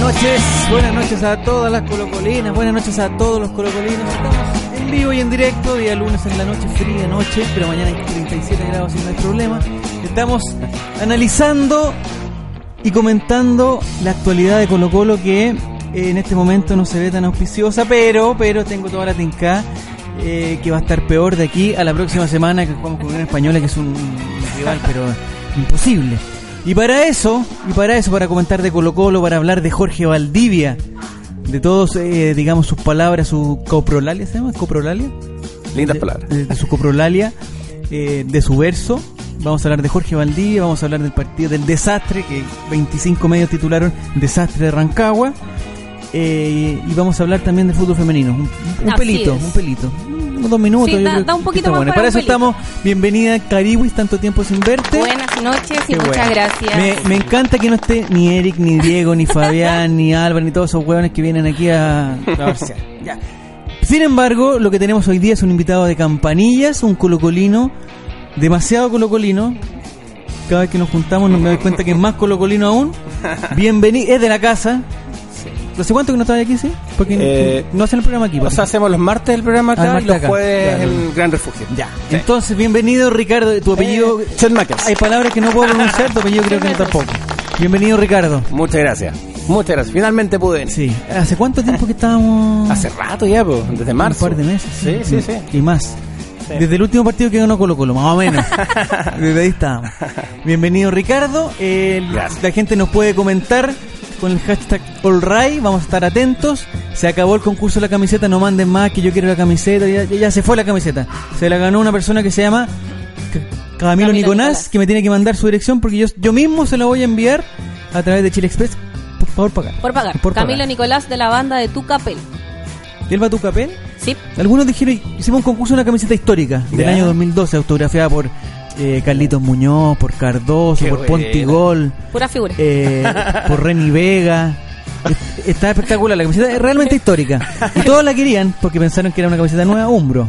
noches, buenas noches a todas las colocolinas, buenas noches a todos los colocolinos. Estamos en vivo y en directo, día lunes en la noche, fría noche, pero mañana hay 37 grados y no hay problema. Estamos analizando y comentando la actualidad de Colo Colo que eh, en este momento no se ve tan auspiciosa, pero, pero tengo toda la tinca eh, que va a estar peor de aquí a la próxima semana que jugamos con una española que es un rival, pero imposible. Y para eso, y para eso, para comentar de Colo Colo, para hablar de Jorge Valdivia, de todos, eh, digamos, sus palabras, su coprolalia, ¿se llama? ¿Coprolalia? Lindas De- palabras. De, de su coprolalia, eh, de su verso. Vamos a hablar de Jorge Valdivia, vamos a hablar del partido, del desastre que 25 medios titularon Desastre de Rancagua. eh, y vamos a hablar también del fútbol femenino. Un, un Así pelito, es. un pelito. Unos dos minutos. Sí, yo da- creo da un que poquito está más bueno. Y para Para un eso pelito. estamos. Bienvenida, Cariwis, tanto tiempo sin verte. Buenas noches y Qué muchas bueno. gracias. Me, me encanta que no esté ni Eric, ni Diego, ni Fabián, ni Álvaro, ni todos esos hueones que vienen aquí a trabarsear. Ya. Sin embargo, lo que tenemos hoy día es un invitado de campanillas, un colocolino, demasiado colocolino. Cada vez que nos juntamos nos me doy cuenta que es más colocolino aún. Bienvenido, es de la casa. No sé cuánto que no estaba aquí, ¿sí? Porque Eh, no hacen el programa aquí. pues. O sea, parece. hacemos los martes el programa Ah, el acá y martes los acá, jueves claro. en Gran Refugio. Ya. Entonces, bienvenido Ricardo. Tu apellido... Eh, Chetmakers. Hay palabras que no puedo pronunciar, tu apellido creo que no tampoco. Bienvenido Ricardo. Muchas gracias. Muchas gracias. Finalmente pude venir. Sí. ¿Hace cuánto tiempo que estábamos? Hace rato ya, po, desde marzo. Un par de meses. Sí, sí, sí. Y más. Sí. Desde el último partido que ganó Colo Colo, más o menos. Desde ahí estábamos. Bienvenido Ricardo. Eh, El- Gracias. la gente nos puede comentar con el hashtag AllRay. Vamos a estar atentos. Se acabó el concurso de la camiseta. No manden más que yo quiero la camiseta. Ya, ya se fue la camiseta. Se la ganó una persona que se llama C- Camilo, Camilo Nicolás, Nicolás. que me tiene que mandar su dirección porque yo, yo mismo se la voy a enviar a través de Chile Express. Por favor, pagar. Por pagar. Camilo Nicolás de la banda de Tu Capel. ¿Y él va a tu papel? Sí. Algunos dijeron, hicimos un concurso de una camiseta histórica del Ya. año 2012, autografiada por eh, Carlitos Muñoz, por Cardoso, Qué por buena. Pontigol, Pura figura. eh, por Reni Vega. Es- Está espectacular, la camiseta es realmente histórica. Y todos la querían porque pensaron que era una camiseta nueva, hombro.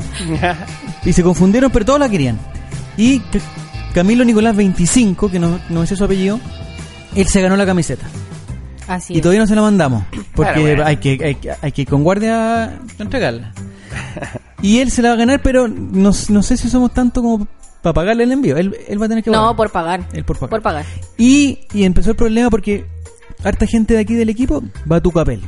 Y se confundieron, pero todos la querían. Y C- Camilo Nicolás 25, que no, no es su apellido, él se ganó la camiseta. Así Y es. todavía no se la mandamos. Porque Claro, bueno. hay, que, hay, que- hay que ir con guardia a entregarla. Y él se la va a ganar, pero no, no sé si somos tanto como para pagarle el envío. Él, él va a tener que No, pagar. por pagar. Él por pagar. Por pagar. Y, y empezó el problema porque harta gente de aquí del equipo va a tu papel.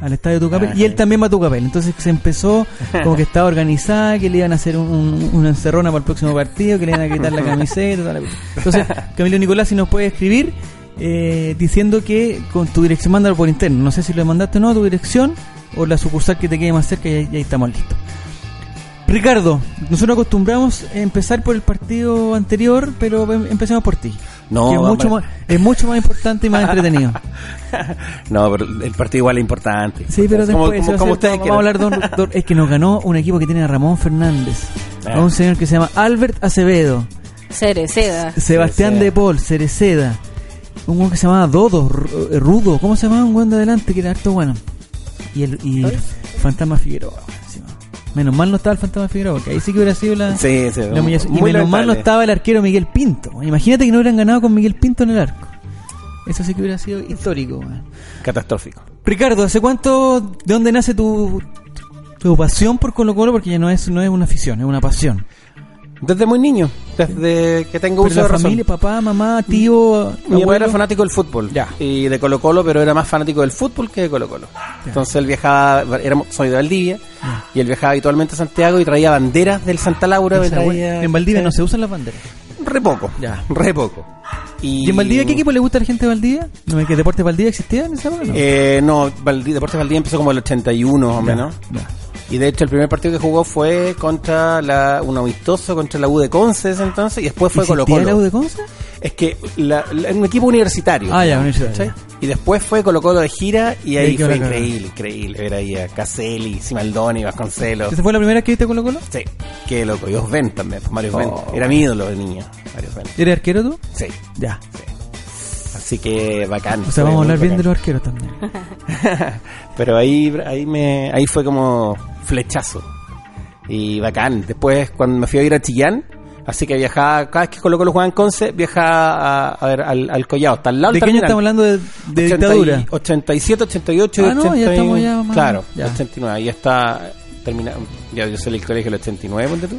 Al estadio tu papel. Y él también va a tu papel. Entonces se empezó como que estaba organizada, que le iban a hacer un, un- una encerrona para el próximo partido, que le iban a quitar la camiseta. toda la cuestión. Entonces, Camilo Nicolás, si nos puede escribir eh, diciendo que con tu dirección, mándalo por interno. No sé si lo mandaste o no, tu dirección o la sucursal que te quede más cerca y ahí- y ahí estamos listos. Ricardo, nosotros acostumbramos a empezar por el partido anterior, pero em- empecemos por ti. No, Que es, vamos. mucho más, es mucho más importante y más entretenido. No, pero el partido igual es importante. Sí, pero Como- después como, se va a hacer- como ustedes vamos a hablar quieran. de un- de un- Es que nos ganó un equipo que tiene a Ramón Fernández, a Ah. un señor que se llama Albert Acevedo, Cereceda. Sebastián Cereceda. De Paul, Cereceda, un güey que se llamaba Dodo, Ru- eh, Rudo, ¿cómo se llamaba un güey de adelante que era harto bueno? Y el y Fantasma Figueroa. encima. Menos mal no estaba el Fantasma Figueroa, porque ahí sí que hubiera sido la... Sí, sí. La humillación. muy eh. y menos mal no lamentable. estaba el arquero Miguel Pinto. Imagínate que no hubieran ganado con Miguel Pinto en el arco. Eso sí que hubiera sido histórico. weón. Catastrófico. Ricardo, ¿hace cuánto, de dónde nace tu, tu pasión por Colo Colo? Porque ya no es, no es una afición, es una pasión. Desde muy niño. Desde que tengo Pero uso la de razón. familia, papá, mamá, tío, Mi abuelo abuelo, era fanático del fútbol Ya. y de Colo Colo, pero era más fanático del fútbol que de Colo Colo. Entonces él viajaba, éramos- soy de Valdivia, y él viajaba habitualmente a Santiago y traía banderas del Santa Laura. me Ah. esa abue- traía- En Valdivia Sí. no se usan las banderas. Re poco, Ya. re poco. Y, ¿Y en Valdivia qué equipo le gusta a la gente de Valdivia? ¿No es que Deportes Valdivia existía en esa época? No. Eh, no, Valdi- Deportes Valdivia empezó como el 81 más o menos. Ya. Y de hecho el primer partido que jugó fue contra la, un amistoso contra la U de Conce ese entonces y después fue Colo ¿Existía la U Colo. de Conce? Es que la- la- un equipo universitario. Ah, ya, ¿Cachai? universidad. Y después fue Colo Colo de gira y ahí ahí quedó fue la cagada. increíble, increíble ver ahí a Caselli, Simaldoni, Vasconcelos. ¿Esa fue la primera vez que viste Colo Colo? Sí, qué loco. Y Osven también, pues Mario Osven. Oh. Era mi ídolo de niño, Mario Osven. ¿Eres arquero tú? Sí, Ya. así que bacán. O sea, fue vamos a muy hablar bien bacán. de los arqueros también. Pero ahí, ahí, me, ahí fue como flechazo. Y bacán. Después, cuando me fui a ir a Chillán, Así que viajaba, cada vez que Colo Colo jugaba en Conce, viajaba a, a ver, al, al Collado. Está al lado ¿De del qué año terminal. estamos hablando? De, de 80 y- dictadura. 87, 88 Ah, no, ya 89. estamos ya más- Claro, ya. 89. Ahí está terminado. Ya yo salí del colegio en el 89, ponte tú.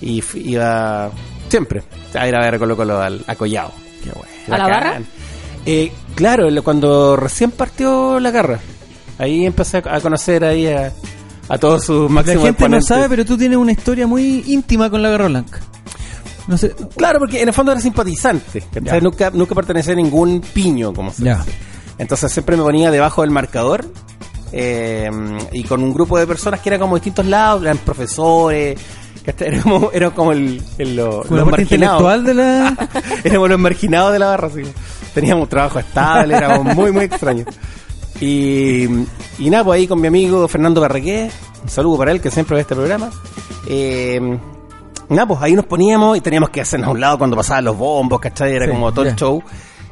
Y f- iba siempre a ir a ver Colo Colo al, a Collao. Qué bueno. ¿A la Bacán. barra? Eh, claro, lo- cuando recién partió la garra. Ahí empecé a a conocer ahí a, a todos sus La máximos gente no exponentes. sabe, pero tú tienes una historia muy íntima con la Garra Blanca. No sé. Claro, porque en el fondo era simpatizante. ¿cachai? Ya. Nunca, nunca pertenecía a ningún piño, como se Ya. dice. Entonces siempre me ponía debajo del marcador eh, y con un grupo de personas que eran como de distintos lados, eran profesores, ¿cachai? era como, era como el, el- lo- Con la los parte marginados. intelectual de la. éramos los marginados de la barra, así. teníamos un trabajo estable, éramos muy, muy extraños. Y, y nada, pues ahí con mi amigo Fernando Barrequé, un saludo para él que siempre ve este programa. Eh, nada, pues ahí nos poníamos y teníamos que hacernos a un lado cuando pasaban los bombos, ¿cachai? Era Sí, como todo ya. el show.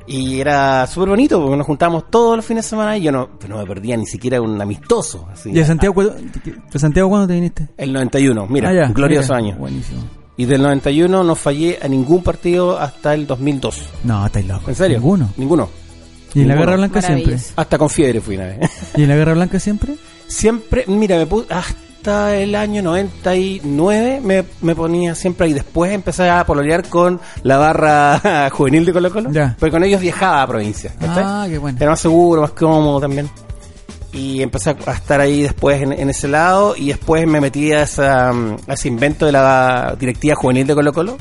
Y era súper bonito porque nos juntábamos todos los fines de semana y yo no, pues no me perdía ni siquiera un amistoso. Así. ¿Y a Santiago, cuándo- de Santiago cuándo te viniste? El 91, mira, Ah, ya, glorioso mira. año. Buenísimo. Y del 91 no fallé a ningún partido hasta el 2002. No, estáis loco. ¿En serio? Ninguno. Ninguno. ¿Y en la Ninguno. Garra Blanca siempre? Maravilloso. Hasta con fiebre fui una vez. ¿Y en la Garra Blanca siempre? Siempre, mira, me puse hasta el año 99 me, me ponía siempre y después empecé a pololear con la barra juvenil de Colo Colo. Ya. Pero con ellos viajaba a provincia. ¿cachai? Ah, qué bueno. Era más seguro, más cómodo también. Y empecé a- a estar ahí después en, en ese lado y después me metí a, esa, mm, a ese invento de la directiva juvenil de Colo Colo.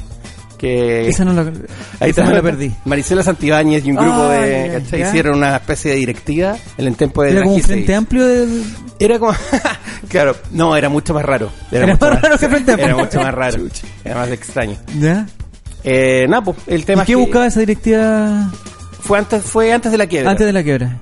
Que Esa no la, eh, Ahí esa está, me la perdí. Maricela Santibáñez y un grupo Ah, de. ya, ¿cachai? ya. Hicieron una especie de directiva en el tiempo de Era como un Draghi frente Pues, se- amplio del. Era como. claro, no, era mucho más raro. Era mucho más raro que Frente Amplio. Era mucho más raro. Era más extraño. ¿Ya? Eh, nada, pues, el tema ¿Y qué es que buscaba esa directiva Fue antes, fue antes de la quiebra. antes de la quiebra?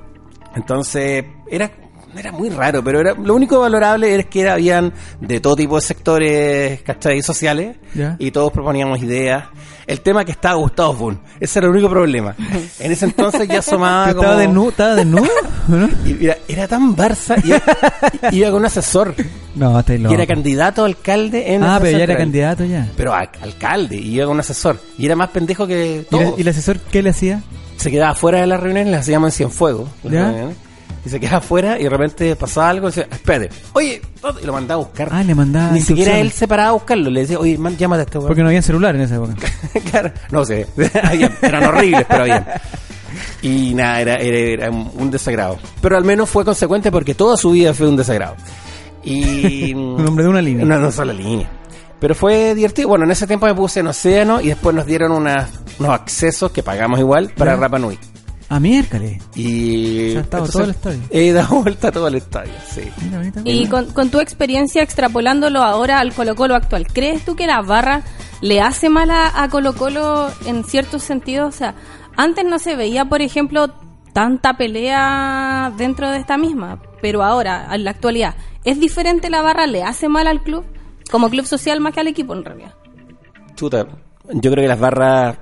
Entonces, era. Era muy raro, pero era lo único valorable es que era, habían de todo tipo de sectores, ¿cachai? Sociales, Ya. y todos proponíamos ideas. El tema que estaba Gustavo Boon, ese era el único problema. En ese entonces ya asomaba ¿Que Ah, como... ¿Estaba desnudo? ¿Estaba desnudo? ¿No? Y mira, era tan Barça, iba, iba con un asesor, No, estáis y loco. era candidato a alcalde en Ah, esa pero ya era central. candidato ya. Pero a- alcalde, y iba con un asesor. Y era más pendejo que ¿Y, la- todo. y el asesor qué le hacía? Se quedaba fuera de las reuniones, las hacíamos en Cienfuegos. las ¿Ya? reuniones. Y se quedaba fuera y de repente pasaba algo y decía, espere, oye, ¿dónde?", y lo mandaba a buscar. Ah, le mandaba Ni siquiera él instrucciones. se paraba a buscarlo, le decía, oye, man, llámate a este weón. Porque no había celular en esa época. claro, no sé, había- eran horribles, pero bien. Y nada, era, era, era un un desagrado. Pero al menos fue consecuente porque toda su vida fue un desagrado. Y, Un hombre de una línea. Una, una sola línea. Pero fue divertido. Bueno, en ese tiempo me puse en Océano y después nos dieron unas- unos accesos que pagamos igual para Ya. Rapa Nui. Ah, miércoles. Y. O sea, has estado entonces, todo el estadio. He dado vuelta a todo el estadio, sí. Mira, bonita. Y con, con tu experiencia extrapolándolo ahora al Colo Colo actual, ¿crees tú que la barra le hace mal a, a Colo Colo en ciertos sentidos? O sea, antes no se veía, por ejemplo, tanta pelea dentro de esta misma, pero ahora, en la actualidad, ¿es diferente la barra? ¿Le hace mal al club? Como club social más que al equipo, en realidad. Chuta, yo creo que las barras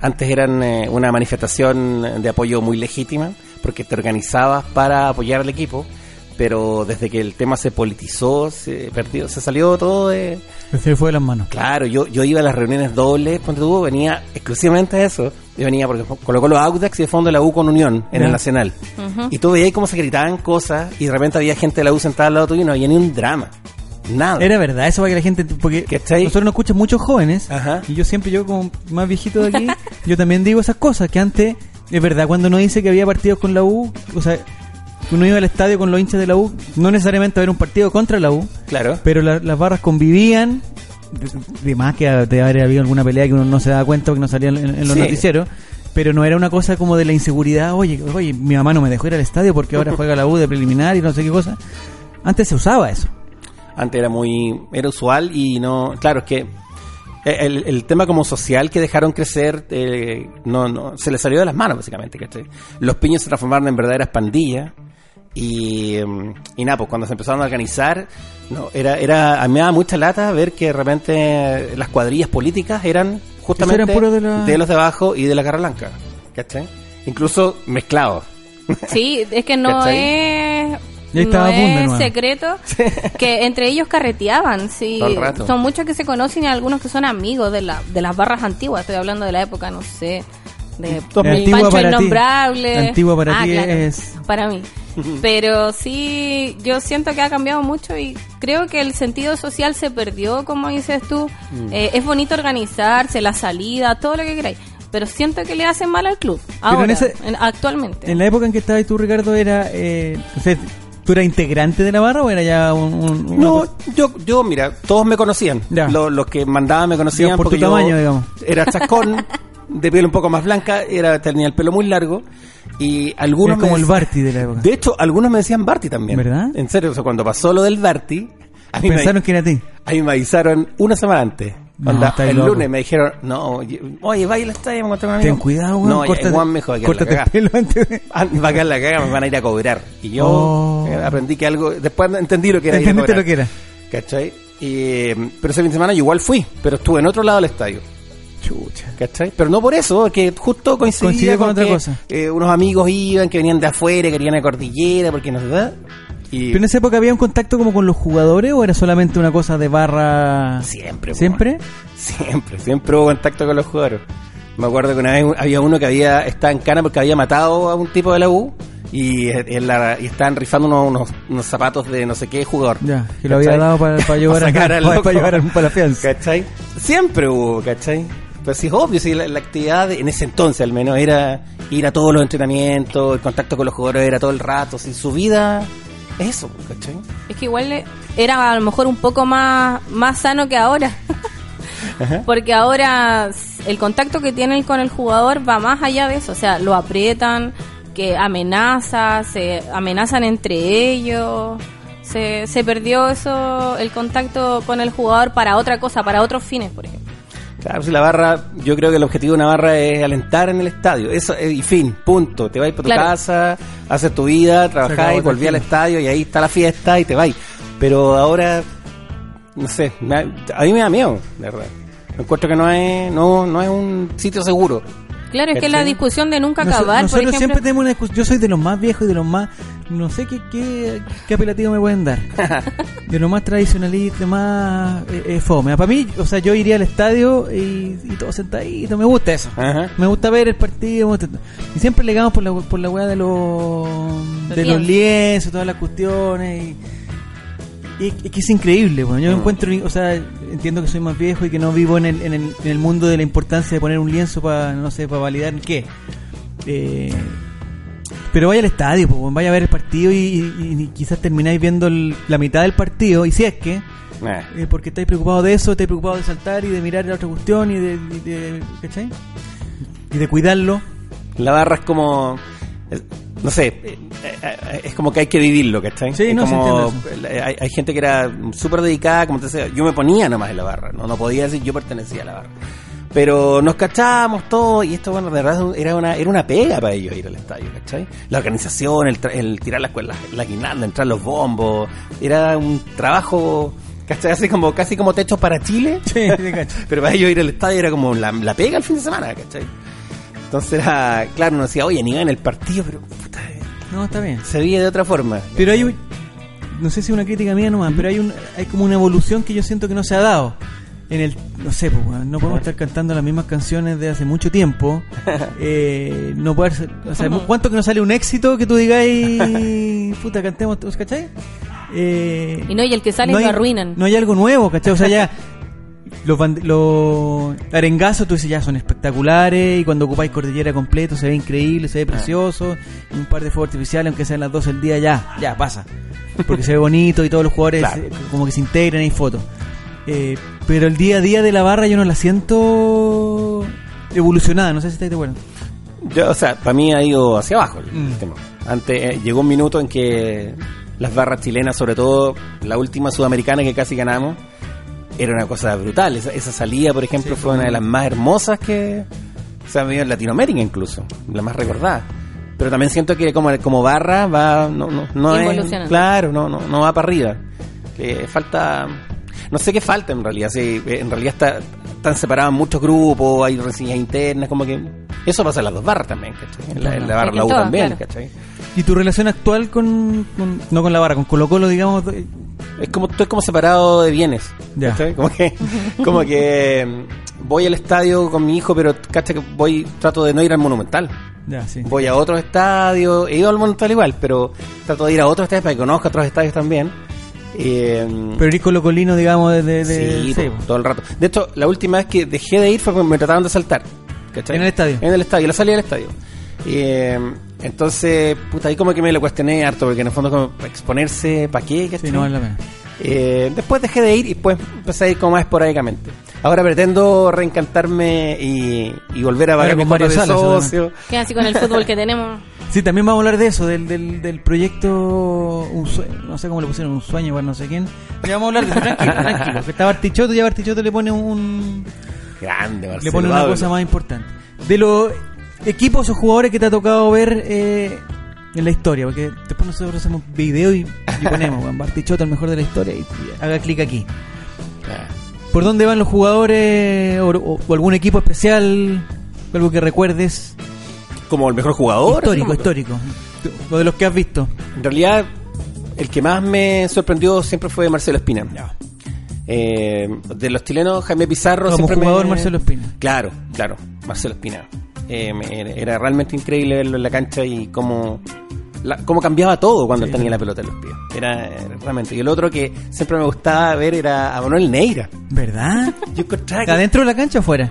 antes eran eh, una manifestación de apoyo muy legítima, porque te organizabas para apoyar al equipo, pero desde que el tema se politizó, se perdió, se salió todo de... Se le fue de las manos. Claro, yo, yo iba a las reuniones dobles, ponte tú, venía exclusivamente a eso. Yo venía porque colocó los Audax y de fondo la U con Unión en Ya. el Nacional. Y tú veías cómo se gritaban cosas y de repente había gente de la U sentada al lado tuyo y no había ni un drama. Nada. Era verdad, eso para que la gente. Porque ¿Cachai? nosotros nos escuchan muchos jóvenes. Ajá. Y yo siempre, yo como más viejito de aquí, yo también digo esas cosas. Que antes, es verdad, cuando uno dice que había partidos con la U, o sea, uno iba al estadio con los hinchas de la U, no necesariamente a ver un partido contra la U, Claro. pero la- las barras convivían. de- De más que de haber habido alguna pelea que uno no se daba cuenta o que no salía en, en los Sí. noticieros. Pero no era una cosa como de la inseguridad, oye, oye, mi mamá no me dejó ir al estadio porque ahora juega la U de preliminar y no sé qué cosa. Antes se usaba eso. antes era muy era usual y no claro es que el, el tema como social que dejaron crecer eh, no, no se le salió de las manos básicamente ¿cachai? los piños se transformaron en verdaderas pandillas y, em, y nada pues cuando se empezaron a organizar no era era a mí me daba mucha lata ver que de repente las cuadrillas políticas eran justamente eran puros de la- los de abajo y de la garra blanca ¿cachai? incluso mezclados Sí, es que no ¿Cachai? es Y ahí estaba no Bunda, es hermano. secreto que entre ellos carreteaban, sí. Todo el rato. Son muchos que se conocen y algunos que son amigos de, la, de las barras antiguas. Estoy hablando de la época, no sé, de Dos mil. Antigua Mm. Pancho para ti. Innombrable. Antigua para Ah, ti claro, es- Para mí. Pero sí, yo siento que ha cambiado mucho y creo que el sentido social se perdió, como dices tú. Mm. Eh, es bonito organizarse, la salida, todo lo que queráis. Pero siento que le hacen mal al club. Pero en Ahora, ese- en- actualmente. En la época en que estabas tú, Ricardo, era. Eh, o sea, ¿Tú eras integrante de la barra o era ya un.? un- una No, pues, cosa- yo, yo, mira, todos me conocían. Ya. Lo- Los, que mandaban me conocían Digamos, por porque tu tamaño, yo digamos. era chascón, de piel un poco más blanca, era tenía el pelo muy largo y algunos Eras como me el dec- Barty de la época. De hecho, algunos me decían Barty también. ¿Verdad? En serio, o sea, cuando pasó lo del Barty, a mí, Pensaron me, que era ti. a mí me avisaron una semana antes. No, Onda, estáis el loco. lunes me dijeron, no, oye, oye baila esta, vamos a encontrar un amigo. Ten cuidado, weón. No, córtate, ya, Juan me dijo, "Va a quedar la córtate el cagada". pelo antes de. Ah, Va a quedar la caga, me van a ir a cobrar. Y yo Oh. eh, aprendí que algo. Después entendí lo que era. ir a Entendiste lo cobrar. que era. ¿Cachai? Y, mm, pero ese fin de semana yo igual fui, pero estuve en otro lado del estadio. Chucha. ¿Cachai? Pero no por eso, que justo coincidía Coincidió con otra que, cosa. eh, unos amigos iban, que venían de afuera, que venían a Cordillera, porque no sé da. Y ¿Pero en esa época había un contacto como con los jugadores o era solamente una cosa de barra? siempre, ¿Siempre? weón. siempre, siempre hubo contacto con los jugadores. Me acuerdo que una vez había uno que había estaba en cana porque había matado a un tipo de la U y, eh, en la- y estaban rifando unos, unos, unos zapatos de no sé qué jugador. Ya, que lo había ¿Cachai? dado para, para llevar Para a, sacar al para, loco. para llevar a- para la fianza. ¿Cachai? Siempre hubo, ¿cachai? Pues sí, es obvio, sí, la, la actividad de- en ese entonces al menos era ir a todos los entrenamientos, el contacto con los jugadores era todo el rato, sin su vida, eso, ¿cachai? Es que igual eh, era a lo mejor un poco más, más sano que ahora. Porque ahora s- el contacto que tienen con el jugador va más allá de eso. O sea, lo aprietan, que amenazas, se amenazan entre ellos. Se, se perdió eso, el contacto con el jugador para otra cosa, para otros fines, por ejemplo. Claro, si la barra, yo creo que el objetivo de una barra es alentar en el estadio, eso, eh, y fin, punto, te vais para tu Claro. casa, haces tu vida, acabó, trabajáis, volví al tranquilo. estadio y ahí está la fiesta y te vais. Pero ahora, no sé, me da- a mí me da miedo, de verdad. Encuentro que no es, no, no es un sitio seguro. Claro, es que es la ¿Cachai? discusión de nunca Nos- acabar, por nosotros ejemplo. siempre tenemos una discusión. Yo soy de los más viejos y de los más. No sé qué, qué, qué apelativo me pueden dar. De los más tradicionalistas, más eh, eh, fome. Para mí, o sea, yo iría al estadio y, y todo sentadito. Me gusta eso. Ajá. Me gusta ver el partido. me gusta- Y siempre legamos por la, por la weá de los. de los lienzos. lienzos, todas las cuestiones. Y, y es que es increíble, bueno, yo Mm. encuentro, o sea, entiendo que soy más viejo y que no vivo en el, en el, en el mundo de la importancia de poner un lienzo para, no sé, para validar qué. Eh, pero vaya al estadio, pues, bueno, vaya a ver el partido y, y- y quizás termináis viendo el- la mitad del partido, y si es que, Nah. eh, porque estáis preocupados de eso, estáis preocupados de saltar y de mirar la otra cuestión y de, y de- ¿cachai? Y de cuidarlo. La barra es como. eh, No sé, eh, eh, eh, es como que hay que vivirlo, ¿cachai? Sí, Es no, sí como- entiendo eh, hay, hay gente que era súper dedicada, como te decía, yo me ponía nomás en la barra, no, no podía decir yo pertenecía a la barra. Pero nos cachábamos todo y esto, bueno, de verdad era una, era una pega para ellos ir al estadio, ¿cachai? La organización, el, tra- el tirar las cuerdas, la guinalda, entrar los bombos, era un trabajo, ¿cachai? Así como, casi como techo para Chile. Sí, te cacho. Pero para ellos ir al estadio era como la, la pega el fin de semana, ¿cachai? Entonces era, claro, uno decía, oye, ni en el partido, pero puta, No, está bien. se veía de otra forma. Pero hay un- no sé si es una crítica mía nomás, pero hay un, hay como una evolución que yo siento que no se ha dado. En el, no sé, pues, weón, no podemos estar cantando las mismas canciones de hace mucho tiempo. Eh, no poder, ser- o sea, ¿cuánto que nos sale un éxito que tú digáis, puta, cantemos, todos, ¿cachai? Eh, Y no, y el que sale hay- lo arruinan. No hay algo nuevo, ¿cachai? O sea, ya los, band- los arengazos, tú dices, ya son espectaculares. Y cuando ocupáis cordillera completo, se ve increíble, se ve precioso. Y un par de fuegos artificiales, aunque sean las 12 del día, ya, ya pasa. Porque se ve bonito y todos los jugadores Claro. eh, como que se integran, hay fotos. Eh, pero el día a día de la barra yo no la siento evolucionada, no sé si estáis de acuerdo. Yo, o sea, para mí ha ido hacia abajo el Mm. tema. Antes eh, llegó un minuto en que las barras chilenas, sobre todo la última sudamericana que casi ganamos, era una cosa brutal. Esa, esa salida, por ejemplo, fue una de las más hermosas que se ha vivido en Latinoamérica incluso, la más recordada. Pero también siento que como, como barra va no, no, no es Involucionando. claro, no, no, no va para arriba. Eh, falta no sé qué falta en realidad, sí, eh, en realidad está están separados muchos grupos, hay rencillas internas, como que Eso pasa en las dos barras también, ¿cachai? En la, en la Ajá. barra En la U todas, también, claro. ¿cachai? ¿Y tu relación actual con, con- no con la barra, con Colo Colo, digamos? de- Es como estoy como separado de bienes. Ya. ¿cachai? Como que, como que mm, voy al estadio con mi hijo, pero cacha que voy, trato de no ir al monumental. Ya, sí. Voy a otros estadios, he ido al monumental igual, pero trato de ir a otros estadios para que conozca otros estadios también. Eh, Pero eres colocolino, digamos, desde... de- Sí, sí, po, todo el rato. De hecho, la última vez que dejé de ir fue porque me trataron de saltar. ¿cachai? En el estadio. En el estadio, la salida del estadio. Y, eh, entonces, puta, ahí como que me lo cuestioné harto, porque en el fondo como para exponerse, ¿para qué? po. ¿cachai? Sí, no vale la pena. Eh, después dejé de ir y pues empecé a ir como más esporádicamente. Ahora pretendo reencantarme y, y volver a Ahora pagar con mis cuotas varias de salas, socio. Que así con el fútbol que tenemos. Sí, también vamos a hablar de eso, del, del, del proyecto, un sue- no sé cómo le pusieron, un sueño, igual no sé quién. Ya vamos a hablar de eso, tranquilo, tranquilo. Que está Bartichotto, ya Bartichotto le pone un... Grande, Marcelo le pone una Pablo. cosa más importante. De los equipos o jugadores que te ha tocado ver eh, en la historia, porque después nosotros hacemos video y, y ponemos, Juan Bartichotto, el mejor de la historia, y, y haga clic aquí. Ah. ¿Por dónde van los jugadores o, o- o algún equipo especial? Algo que recuerdes. Como el mejor jugador. histórico, así como- histórico. O de los que has visto. En realidad, el que más me sorprendió siempre fue Marcelo Espina. Eh, de los chilenos, Jaime Pizarro Como siempre pues, jugador, me- Marcelo Espina. Claro, claro, Marcelo Espina. Eh, me- era, era realmente increíble verlo en la cancha y cómo, la- cómo cambiaba todo cuando él tenía la pelota en los pies. Era, era realmente. Y el otro que siempre me gustaba ver era a Manuel Neira. ¿Verdad? Yo encontraba que- ¿Adentro de la cancha o fuera?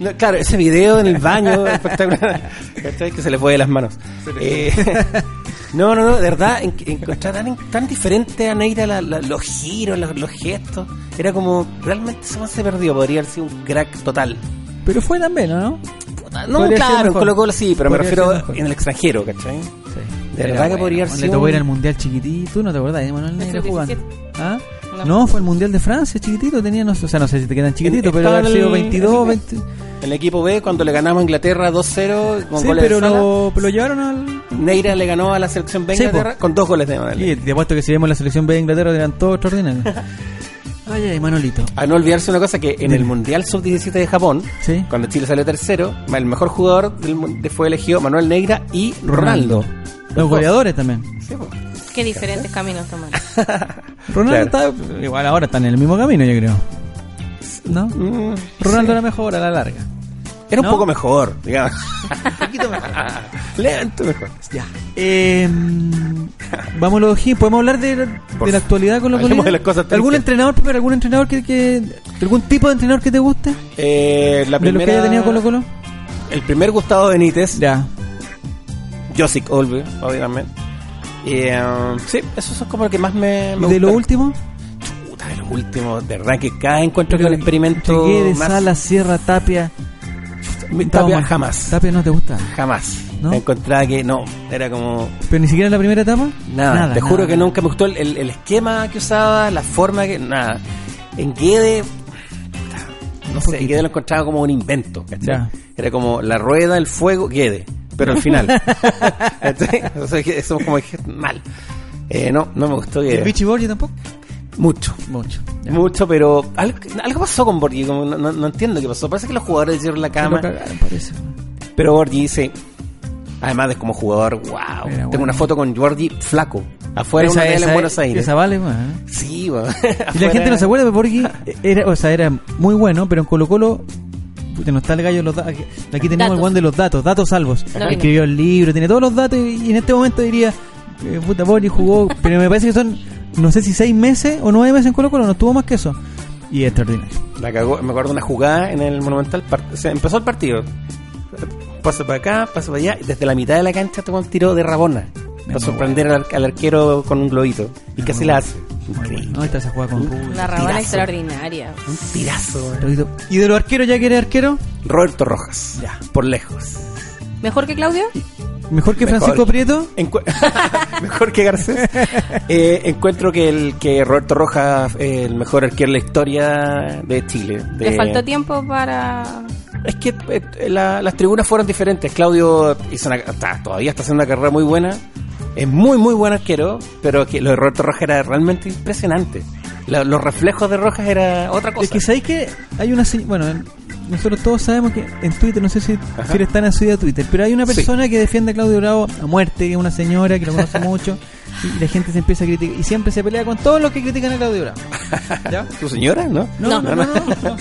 No, claro, ese video en el baño espectacular. ¿Cachai? que se le fue de las manos. Eh, no, no, no, de verdad, en- encontrar tan, tan diferente a Neira la- la- los giros, los, los gestos. Era como, realmente se me se perdió, podría haber sido un crack total. Pero fue también, ¿no? Puta, No, Podría ser claro, en mejor. Colo Colo sí, pero me Podría ser refiero mejor. en el extranjero, ¿cachai? Sí. De verdad que podría haber Le sido tocó un- ir al mundial chiquitito. ¿Tú no te acordás de Manuel Neira Sub-17. jugando? ¿Ah? No. No. fue al mundial de Francia chiquitito. Tenía, no sé, o sea, no sé si te quedan chiquititos, pero Estaba haber sido el- 22, el- 20. El equipo B, cuando le ganamos a Inglaterra 2-0, con Sí, goles de pero Sala, lo, lo llevaron al. Neira le ganó a la selección B Sí, po. Inglaterra con dos goles de Manuel. Y te apuesto que si vemos la selección B de Inglaterra eran todos extraordinarios. Oye, Manolito. A no olvidarse una cosa que en Dime. el Mundial Sub-17 de Japón, Sí. cuando Chile salió tercero, el mejor jugador del mu- de- fue elegido Manuel Neira y Ronaldo. Los dos. goleadores también. Sí, po. Qué diferentes caminos tomar. Ronaldo está. Igual ahora están en el mismo camino, yo creo. ¿No? Mm, Ronaldo era mejor a la larga. Era un ¿No? poco mejor, digamos. un poquito mejor. Lento mejor. Ya. Eh, vamos los O'Higgins. ¿Podemos hablar de, de la actualidad con los colegas? Hablemos de las cosas tristes. ¿Algún entrenador, primero, algún entrenador que, que- algún tipo de entrenador que te guste? Eh, la ¿De primera, los que haya tenido Colo Colo? El primer Gustavo Benítez, Ya. Josic Olve, obviamente. Y, eh, sí, esos son como los que más me, me ¿Y de lo gustaron. último? Puta, de los últimos, de verdad que cada encuentro que un experimento Llegué de más... Sala, Sierra, Tapia. Tapia Toma. jamás. Tapia no te gusta. Jamás. ¿No? Encontraba que no, era como Pero ni siquiera en la primera etapa. nada. te juro nada. que nunca me gustó el, el- el esquema que usaba, la forma que. Nada. En Guede. puta, No sé, Guede lo encontraba como un invento. ¿cachai? Ya. Era como la rueda, el fuego, Guede. Pero al final. ¿Cachai? o sea, que somos como que mal. Eh, no, no me gustó ¿El Guede. Vichy Borgi tampoco? Mucho. Mucho. Ya. Mucho, pero algo, algo pasó con Borgi, como no, no- no entiendo qué pasó. Parece que los jugadores hicieron la Se lo cama. cagaron, parece. Pero Borgi dice, además de como jugador, wow. Era Tengo bueno. una foto con Jordi flaco, afuera de una de él en Buenos Aires. Esa vale, bueno, ¿eh? Sí, weón. Y la Afuera- gente no se acuerda, pero Borghi era, o sea, era muy bueno, pero en Colo Colo puta, no está el gallo de los da- aquí, aquí tenemos Datos. el guan de los datos, datos salvos. No, Escribió el libro, tiene todos los datos y, y en este momento diría, eh, puta Borghi jugó, pero me parece que son, no sé si seis meses o nueve meses en Colo Colo, no estuvo más que eso. Y es extraordinario. La cagó. Me acuerdo una jugada en el Monumental. par- o sea, empezó el partido. Paso para acá, paso para allá. y Desde la mitad de la cancha tocó un tiro de Rabona. muy Para sorprender al, al arquero con un globito. Y Es casi muy la bueno. hace. Muy Increíble. bueno, ¿no? Esta se juega con Rubio. Una rabana Tirazo. extraordinaria. Un tirazo, weón. Rubio. ¿Y de los arqueros ya que eres arquero? Roberto Rojas. Ya. Por lejos. ¿Mejor que Claudio? ¿Mejor que Mejor. Francisco Prieto? Encu- mejor que Garcés. Eh, encuentro que el que Roberto Rojas eh, el mejor arquero de la historia de Chile. De- Le faltó tiempo para... Es que eh, la- las tribunas fueron diferentes. Claudio hizo una, está- todavía está haciendo una carrera muy buena. Es muy, muy buen arquero, pero que lo de Roberto Rojas era realmente impresionante. La- los reflejos de Rojas era otra cosa. Es que sabéis que hay una. se- Bueno, en- nosotros todos sabemos que en Twitter, no sé si, Ajá. si eres tan asiduo a Twitter, pero hay una Sí. persona que defiende a Claudio Bravo a muerte, que es una señora que lo conoce mucho, y la gente se empieza a criticar, y siempre se pelea con todos los que critican a Claudio Bravo. ¿Ya? ¿Tu señora? No. No, no, no, no,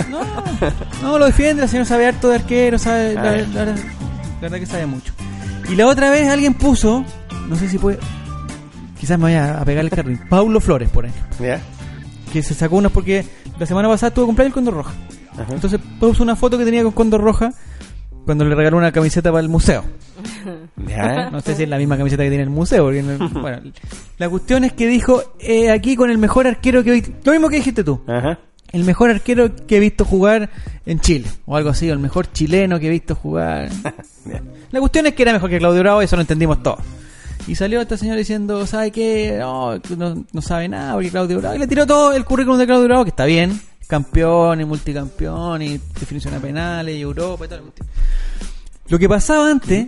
no, no, lo defiende, la señora sabe harto de arquero, sabe, la, Ah, ya. la- la- la verdad que sabe mucho. Y la otra vez alguien puso, no sé si puede, quizás me vaya a pegar el carril, Paulo Flores, por ejemplo, Ya. que se sacó unos porque la semana pasada tuvo cumpleaños el Condor Roja. Ajá. Entonces puso una foto que tenía con Condor Roja cuando le regaló una camiseta para el museo. Ya. No sé si es la misma camiseta que tiene el museo. porque no- bueno, la cuestión es que dijo eh, aquí con el mejor arquero que hoy... Lo mismo que dijiste tú. Ajá. El mejor arquero que he visto jugar en Chile. O algo así. O el mejor chileno que he visto jugar. Ya. La cuestión es que era mejor que Claudio Bravo. Eso lo entendimos todos. Y salió esta señora diciendo, ¿sabe qué? No, no, no sabe nada porque Claudio Bravo. Y le tiró todo el currículum de Claudio Bravo, que está bien. Campeón y multicampeón y definición a penales y Europa y tal. Lo que pasaba antes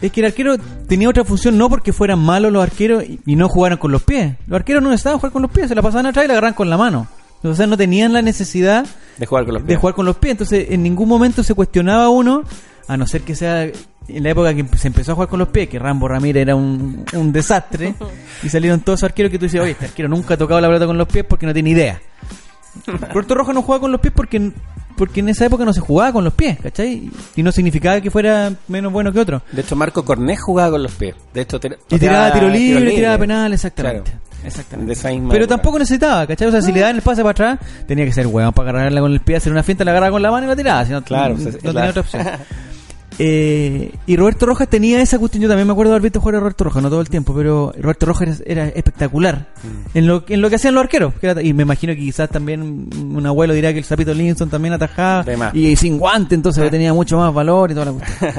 es que el arquero tenía otra función, no porque fueran malos los arqueros y, y no jugaran con los pies. Los arqueros no necesitaban jugar con los pies, se la pasaban atrás y la agarraban con la mano. O sea, no tenían la necesidad De jugar con los de pies. jugar con los pies. Entonces, en ningún momento se cuestionaba uno, a no ser que sea en la época que em, se empezó a jugar con los pies, que Rambo Ramírez era un, un desastre, y salieron todos esos arqueros que tú dices, oye, este arquero nunca ha tocado la pelota con los pies porque no tiene idea. Roberto Roja no jugaba con los pies porque, porque en esa época no se jugaba con los pies, ¿cachai? Y no significaba que fuera menos bueno que otro. De hecho, Marco Cornés jugaba con los pies. De hecho, tira- Y tiraba tiro libre, tiro tiraba penal, exactamente. Claro. Exactamente. De esa misma Pero época. tampoco necesitaba, ¿cachai? O sea, si le daban el pase para atrás, tenía que ser huevón para agarrarla con el pie, hacer una finta, la agarraba con la mano y la tiraba. Si no, Claro, pues, no, o sea, no claro. tenía otra opción. Eh, y Roberto Rojas tenía esa cuestión. Yo también me acuerdo de haber visto jugar a Roberto Rojas, no todo el tiempo, pero Roberto Rojas era, era espectacular Mm. en, lo, en lo que hacían los arqueros. que era- y me imagino que quizás también un abuelo dirá que el Zapito Linson también atajaba De más. Ah. y, sin guante, entonces tenía mucho más valor y toda la cuestión.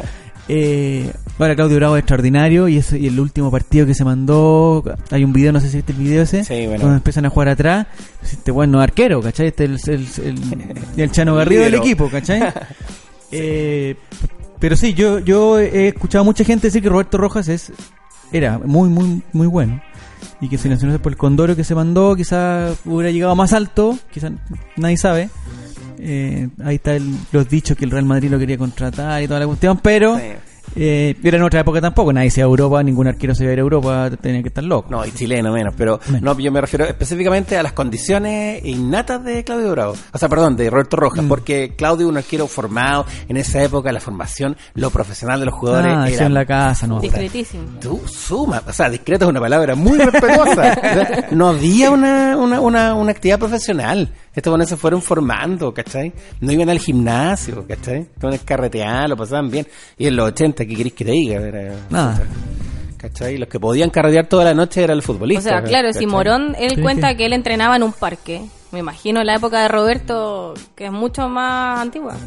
Eh, ahora Claudio Bravo es extraordinario y, es, y el último partido que se mandó, hay un video, no sé si viste el video ese, Sí, bueno. donde empiezan a jugar atrás, este bueno arquero, ¿cachai? Este es el, el, el- el Chano Garrido del Líbero. equipo, ¿cachai? Eh, pero sí, yo, yo he escuchado a mucha gente decir que Roberto Rojas es era muy, muy, muy bueno. Y que si no fuese por el condoro que se mandó, quizás hubiera llegado más alto, quizás nadie sabe. Eh, ahí está el- los dichos que el Real Madrid lo quería contratar y toda la cuestión, pero eh, era en otra época tampoco, nadie se iba a Europa, ningún arquero se iba a ir a Europa, tenía que estar loco. No, y chileno menos, pero Menos. no, yo me refiero específicamente a las condiciones innatas de Claudio Bravo. O sea, perdón, de Roberto Rojas, Mm. porque Claudio, un arquero formado en esa época, la formación, lo profesional de los jugadores Ah, eso era en la casa, no. Discretísimo. Tú suma, o sea, discreto es una palabra muy respetuosa. O sea, no había una, una, una, una actividad profesional. Estos buenos se fueron formando, ¿cachai? No iban al gimnasio, ¿cachai? Estaban carreteando, lo pasaban bien. Y en los 80, ¿qué querés que te diga? Era- Nada. ¿Cachai? Los que podían carretear toda la noche eran los O futbolistas. sea, claro, si ¿cachai? Morón, él Sí, cuenta sí. que él entrenaba en un parque. Me imagino la época de Roberto, que es mucho más antigua.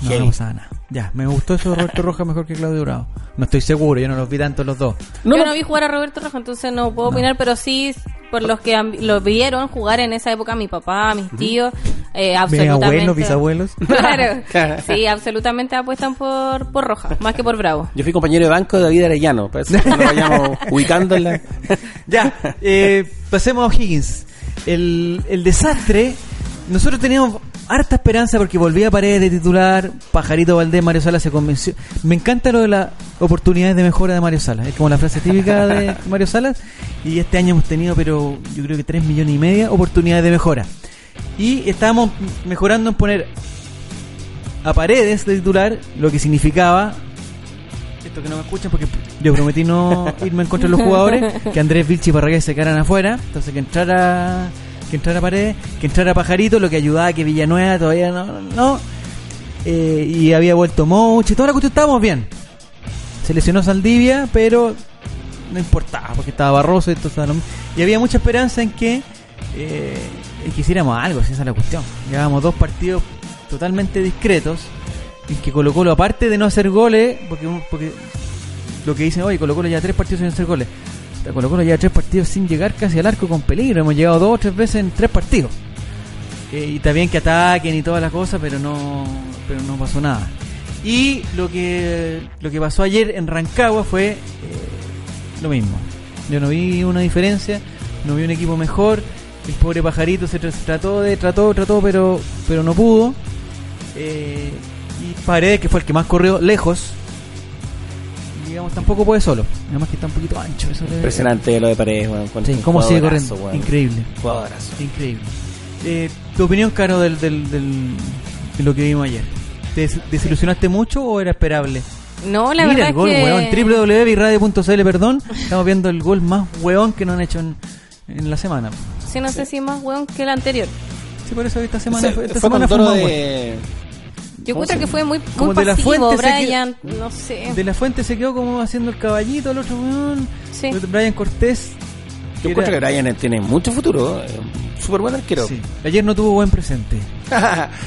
No, no pasaba nada. Ya, me gustó eso de Roberto Rojas mejor que Claudio Bravo. No estoy seguro, yo no los vi tanto los dos. No, Yo no. no vi jugar a Roberto Rojas, entonces no puedo opinar, pero sí, por los que am- lo vieron jugar en esa época, mi papá, mis tíos, eh, Mis absolutamente. abuelos, bisabuelos. Claro, Claro. sí, absolutamente apuestan por, por Rojas, más que por Bravo. Yo fui compañero de banco de David Arellano, parece que nos vayamos ubicando en la... Ya, eh, pasemos a Higgins. El, el desastre, nosotros teníamos harta esperanza porque volvía a paredes de titular, Pajarito Valdés, Mario Sala se convenció. Me encanta lo de las oportunidades de mejora de Mario Salas, es como la frase típica de Mario Salas. Y este año hemos tenido, pero yo creo que 3 millones y media oportunidades de mejora. Y estábamos mejorando en poner a paredes de titular, lo que significaba esto que no me escuchan porque yo prometí no irme en contra de los jugadores, que Andrés Vilchi y Parragués se quedaran afuera, entonces que entrara que entrara Paredes, que entrara Pajarito, lo que ayudaba a que Villanueva todavía no, no, no. Eh, y había vuelto Mouche, toda la cuestión estábamos bien. Se lesionó Saldivia, pero no importaba porque estaba Barroso y todo estaba lo mismo. Y había mucha esperanza en que eh, en que hiciéramos algo, si esa es la cuestión. Llevábamos dos partidos totalmente discretos en que Colo Colo, aparte de no hacer goles, porque, un- porque lo que dicen hoy, Colo Colo lleva tres partidos sin hacer goles. Puta, Colo Colo lleva tres partidos sin llegar casi al arco con peligro. Hemos llegado dos o tres veces en tres partidos. Eh, y está bien que ataquen y todas las cosas, pero no, pero no pasó nada. Y lo que, lo que pasó ayer en Rancagua fue eh, lo mismo. Yo no vi una diferencia, no vi un equipo mejor. El pobre pajarito se tr- trató de, trató, trató, pero, pero no pudo. Eh, y Paredes, que fue el que más corrió lejos, digamos, tampoco puede solo. Además que está un poquito ancho. Eso le- Impresionante lo de Paredes, weón. con- Sí, un cómo sigue jugadorazo, corriendo. weón. Increíble. Jugadorazo. Increíble. Eh, ¿Tu opinión, Caro, del, del, del- de lo que vimos ayer? ¿Te des- desilusionaste mucho o era esperable? No, la Mira verdad el gol, es que... weón. www.virradio.cl, perdón. Estamos viendo el gol más weón que nos han hecho en, en la semana. Sí, no sé si más weón que el anterior. Sí, por eso esta semana, Ese- fue, esta fue semana fue con toro más weón. de... Yo ¿Cómo se creo que llama? fue muy, Como muy de la pasivo, fuente se Brian. No sé. De la fuente se quedó como haciendo el caballito al otro weón. Sí. Brian Cortés. Yo encuentro que Brian eh, tiene mucho futuro. eh, Súper buen arquero. Sí. Ayer no tuvo buen presente. Eh.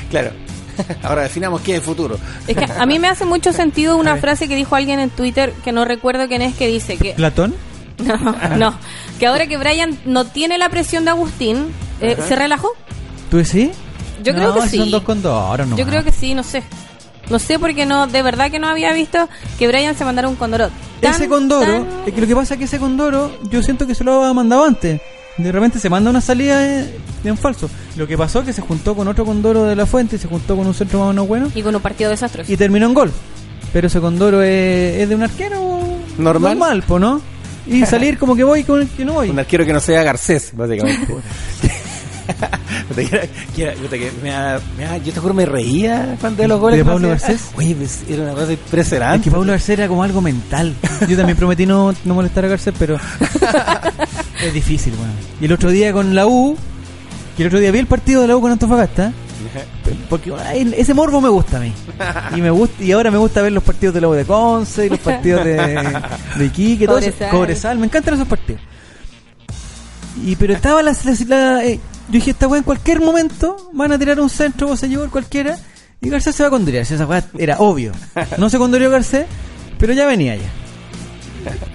claro. Ahora definamos qué es futuro. Es que a mí me hace mucho sentido A una ver. frase que dijo alguien en Twitter, que no recuerdo quién es, que dice que... ¿Platón? No, no. Que ahora que Brian no tiene la presión de Agustín, eh, ¿se relajó? ¿Tú decís? Yo creo No, que si Son sí. dos con dos, ahora no. Yo creo que sí, no sé. No sé porque no, de verdad que no había visto que Brian se mandara un condorot. Tan- ese Condoro, tan- es que lo que pasa es que ese Condoro, yo siento que se lo había mandado antes. De repente se manda una salida eh, en falso. Lo que pasó es que se juntó con otro Condoro de la Fuente, se juntó con un centro más o menos bueno Y con un partido desastroso. y terminó en gol. Pero ese Condoro es, es de un arquero Normal. normal po, ¿no? Y salir como que voy con el que no voy. Un arquero que no sea Garcés, básicamente. Puta que era- que era- puta que me da- me da- yo te juro me reía cuando de los goles. ¿De que Pablo hacía. Garcés? Oye, pues, era una cosa Es impresionante. que Pablo Garcés era como algo mental. Yo también prometí no, no molestar a Garcés, pero es difícil, weón. Y el otro día con la U, que el otro día vi el partido de la U con Antofagasta, porque ay, ese morbo me gusta a mí. Y me gusta y ahora me gusta ver los partidos de la U de Conce y los partidos de, de Iquique, todo eso. Cobresal. Cobresal, me encantan esos partidos. Y pero estaba la, la- la- eh, yo dije, esta weá en cualquier momento van a tirar un centro, vos se llegó cualquiera, y Garcés se va a condorear. Esa weá era obvio. No se condoreó Garcés, pero ya venía ya.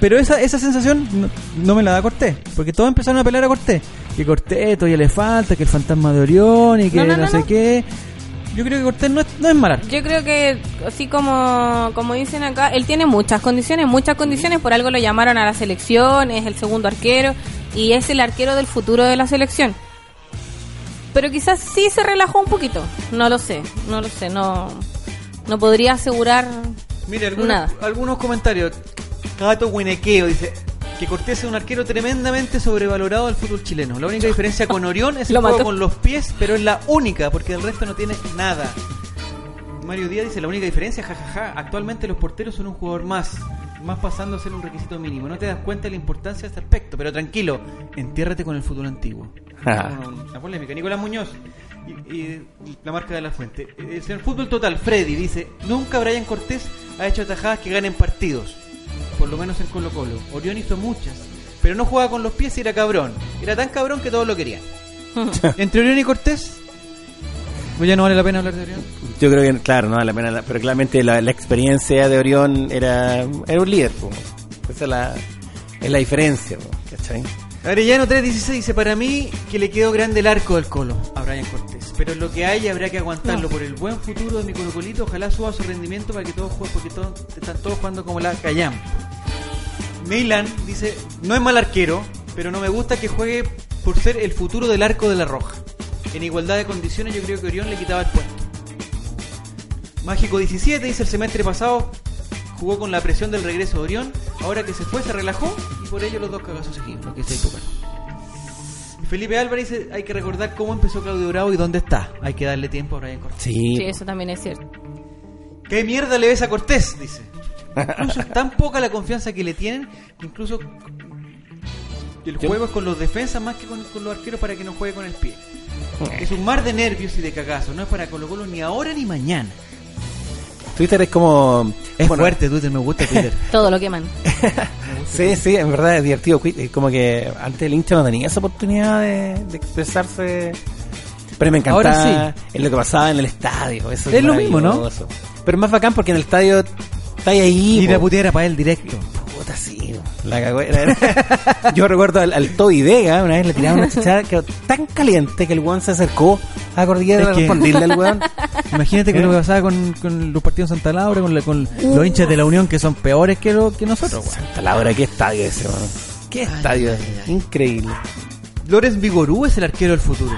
Pero esa, esa sensación no, no me la da Cortés, porque todos empezaron a pelear a Cortés. Que Cortés todavía le falta, que el fantasma de Orión y que no, No, no, no, sé no. qué. Yo creo que Cortés no es, no es mal arquero. Yo creo que, así como, como dicen acá, él tiene muchas condiciones, muchas condiciones, por algo lo llamaron a la selección, es el segundo arquero y es el arquero del futuro de la selección. Pero quizás sí se relajó un poquito, no lo sé, no lo sé, no, no podría asegurar Mire, nada. algunos, algunos comentarios. Gato Huenequeo dice que Cortés es un arquero tremendamente sobrevalorado del fútbol chileno. La única diferencia con Orión es el Lo juego mató. con los pies, pero es la única, porque el resto no tiene nada. Mario Díaz dice la única diferencia, jajaja, actualmente los porteros son un jugador más, más pasando a ser un requisito mínimo. No te das cuenta de la importancia de este aspecto, pero tranquilo, entiérrate con el fútbol antiguo. Ah. Una- una polémica. Nicolás Muñoz y, y la marca de la fuente. Eh, El señor Fútbol Total, Freddy, dice, nunca Brian Cortés ha hecho atajadas que ganen partidos, por lo menos en Colo Colo. Orión hizo muchas, pero no jugaba con los pies y era cabrón. Era tan cabrón que todos lo querían. Entre Orión y Cortés, pues ya no vale la pena hablar de Orión. Yo creo que, claro, no vale la pena, la- pero claramente la, la experiencia de Orión era, era un líder. po. Esa es la, es la diferencia, po, ¿cachai? Arellano 316 dice, para mí que le quedó grande el arco del Colo a Brian Cortés, pero lo que hay habrá que aguantarlo por el buen futuro de mi Colocolito, ojalá suba su rendimiento para que todos jueguen, porque todos, están todos jugando como la callam. Milan dice, no es mal arquero, pero no me gusta que juegue por ser el futuro del arco de la Roja. En igualdad de condiciones yo creo que Orión le quitaba el puesto. Mágico 17 dice el semestre pasado jugó con la presión del regreso de Orión, ahora que se fue se relajó y por ello los dos cagazos aquí, lo que se tocaron. Felipe Álvarez dice, hay que recordar cómo empezó Claudio Bravo y dónde está. Hay que darle tiempo a Brian Cortés. Sí. Sí, eso también es cierto. ¿Qué mierda le ves a Cortés? Dice. Incluso es tan poca la confianza que le tienen, que incluso el juego es con los defensas más que con, con los arqueros para que no juegue con el pie. Es un mar de nervios y de cagazos, no es para Colo Colo ni ahora ni mañana. Twitter es como... Es bueno, fuerte, Twitter, me gusta Twitter. Todo lo queman. Sí, sí, en verdad es divertido. Qui- eh, Como que antes el hincha no tenía esa oportunidad de, de expresarse. Pero me encantaba Ahora en lo que pasaba en el estadio. Eso es Es lo mismo, ¿no? maravilloso. Pero es más bacán porque en el estadio está ahí. Y la po. puteara para él directo. Puta, sí, po. La cagó. Era- Yo recuerdo al, al Toby Vega, una vez le tiraron una chichada que tan caliente que el weón se acercó a Cordillera Es para que- responderle al weón. Imagínate que lo que pasaba con, con los partidos en Santa Laura, con, la- con los hinchas de la Unión que son peores que, lo, que nosotros. weón. Santa Laura, qué estadio ese, weón. Qué estadio ese. Increíble. Lorenz Vigorú es el arquero del futuro.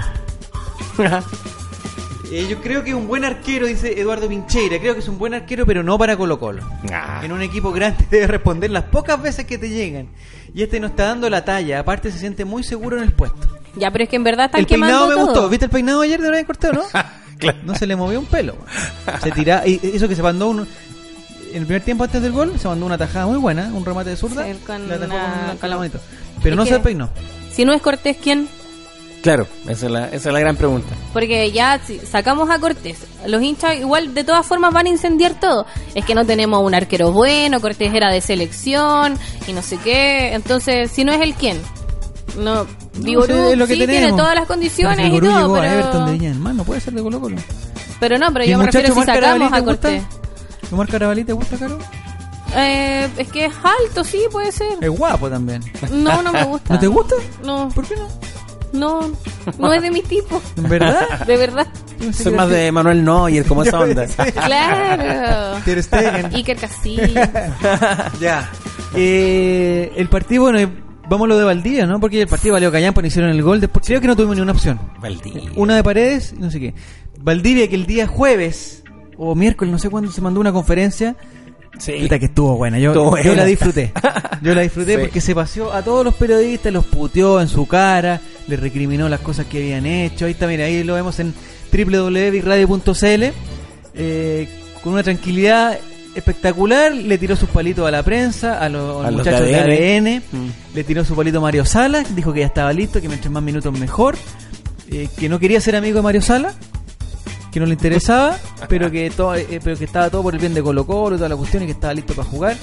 Eh, yo creo que un buen arquero, dice Eduardo Pincheira, creo que es un buen arquero, pero no para Colo Colo. Ah. En un equipo grande debe responder las pocas veces que te llegan. Y este no está dando la talla, aparte se siente muy seguro en el puesto. Ya, pero es que en verdad están El peinado quemando me todo. gustó, ¿viste el peinado ayer de Brian Corteo, no? Ah, Claro. No se le movió un pelo. weón. Se tira, y eso que se mandó un... En el primer tiempo antes del gol se mandó una tajada muy buena, un remate de zurda, Sí, con la atajó una- con, la- con la con- manito. Pero Es no que- se peinó. Si no es Cortés, ¿quién? Claro, esa es la, esa es la gran pregunta. Porque ya si sacamos a Cortés. Los hinchas igual de todas formas van a incendiar todo. Es que no tenemos un arquero bueno, Cortés era de selección y no sé qué. Entonces, si no es el quién. No, Viború sí, es lo que sí, tenemos. tiene todas las Pero condiciones si y Gurú todo, llegó a Everton de pero, Viña del Mar, no puede ser de Colo Colo. pero no, pero ¿Y el yo me muchacho refiero si Omar sacamos Carabalí a te gusta? Cortés. ¿Omar Carabalí te gusta, Caro? Eh, es que es alto, sí, puede ser. Es guapo también. No, no me gusta. ¿No te gusta? No, ¿Por qué no? no, no es de mi tipo. ¿En verdad? De verdad. Soy más de Manuel Neuer, como esa onda. Claro. Ter Stegen. Iker Casillas. ya. Eh, el partido, bueno, eh, vamos a lo de Valdivia, ¿no? Porque el partido valió Callampa, no hicieron el gol. Después, creo que no tuvimos ni una opción. Valdivia. Una de paredes y no sé qué. Valdivia, que el día jueves o miércoles, no sé cuándo, se mandó una conferencia. Sí. Puta que estuvo buena, yo, Estuvo yo buena. la disfruté. Yo la disfruté Sí. porque se paseó a todos los periodistas, los puteó en su cara, les recriminó las cosas que habían hecho. Ahí está, mira, ahí lo vemos en www.radio.cl eh, con una tranquilidad espectacular. Le tiró sus palitos a la prensa, a los, A los muchachos de de ADN. ADN. Mm. Le tiró su palito a Mario Sala, dijo que ya estaba listo, que mientras más minutos mejor. eh, que no quería ser amigo de Mario Sala, que no le interesaba, pero que todo, eh, pero que estaba todo por el bien de Colo Colo, toda la cuestión y que estaba listo para jugar.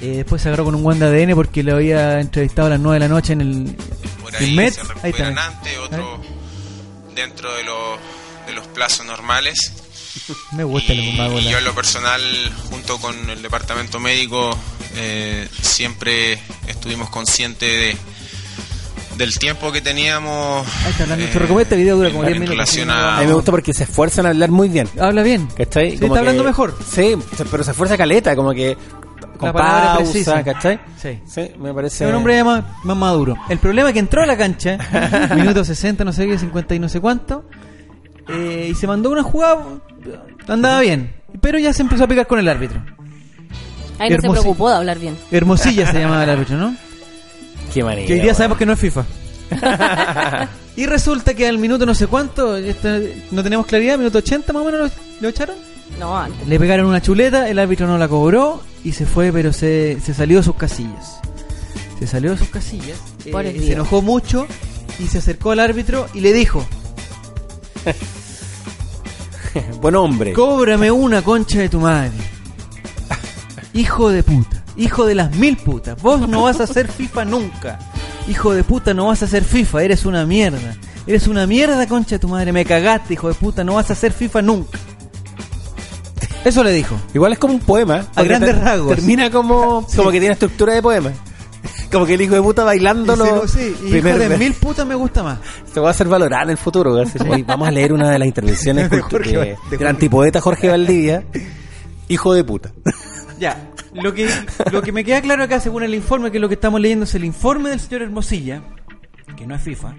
Eh, después se agarró con un Wanda ADN porque lo había entrevistado a las 9 de la noche en el por en ahí Met. se Ahí está. recuperan antes, otros dentro de, los- de los plazos normales. Me gusta el y, Wanda y Bola. yo en lo personal, junto con el departamento médico, eh, siempre estuvimos conscientes de, del tiempo que teníamos. eh, Ahí está hablando el chorro Cometa, el este video dura como en- 10 en minutos, relación así que no- A mí me gusta porque se esfuerzan a hablar muy bien. Habla bien. ¿Cachai? Sí, Como está hablando que- mejor. Sí, se- pero se esfuerza caleta, como que. Con palabra pausa, precisa. ¿cachai? Sí. me parece. Es un hombre más, más maduro. El problema es que entró a la cancha, minuto 60, no sé qué, 50 y no sé cuánto, eh, y se mandó una jugada, andaba bien, pero ya se empezó a picar con el árbitro. Ahí no se Hermosi- preocupó de hablar bien. Hermosilla se llamaba el árbitro, ¿no? Qué manera. Que hoy día weón. sabemos que no es FIFA. y resulta que al minuto no sé cuánto, este, no tenemos claridad, minuto 80 más o menos lo, lo echaron. No, antes. Le pegaron una chuleta, el árbitro no la cobró y se fue, pero se, se salió de sus casillas. Se salió de sus casillas, eh, Por el se día. enojó mucho y se acercó al árbitro y le dijo, Buen hombre. cóbrame una concha de tu madre. Hijo de puta, hijo de las mil putas, vos no vas a ser FIFA nunca. Hijo de puta, no vas a ser FIFA, eres una mierda. Eres una mierda, concha de tu madre, me cagaste, hijo de puta, no vas a ser FIFA nunca. Eso le dijo. Igual es como un poema. porque grandes ter- rasgos. Termina como, como que tiene estructura de poema. Como que el hijo de puta bailando lo. sí, y hijo primer de ver- mil putas me gusta más. Se va a hacer valorar en el futuro. así como, "Oye, vamos a leer una de las intervenciones De cultu- Jorge Val- de de- Jorge. del antipoeta Jorge Valdivia. Hijo de puta. Ya, lo que, lo que me queda claro acá, según el informe, que lo que estamos leyendo es el informe del señor Hermosilla, que no es FIFA,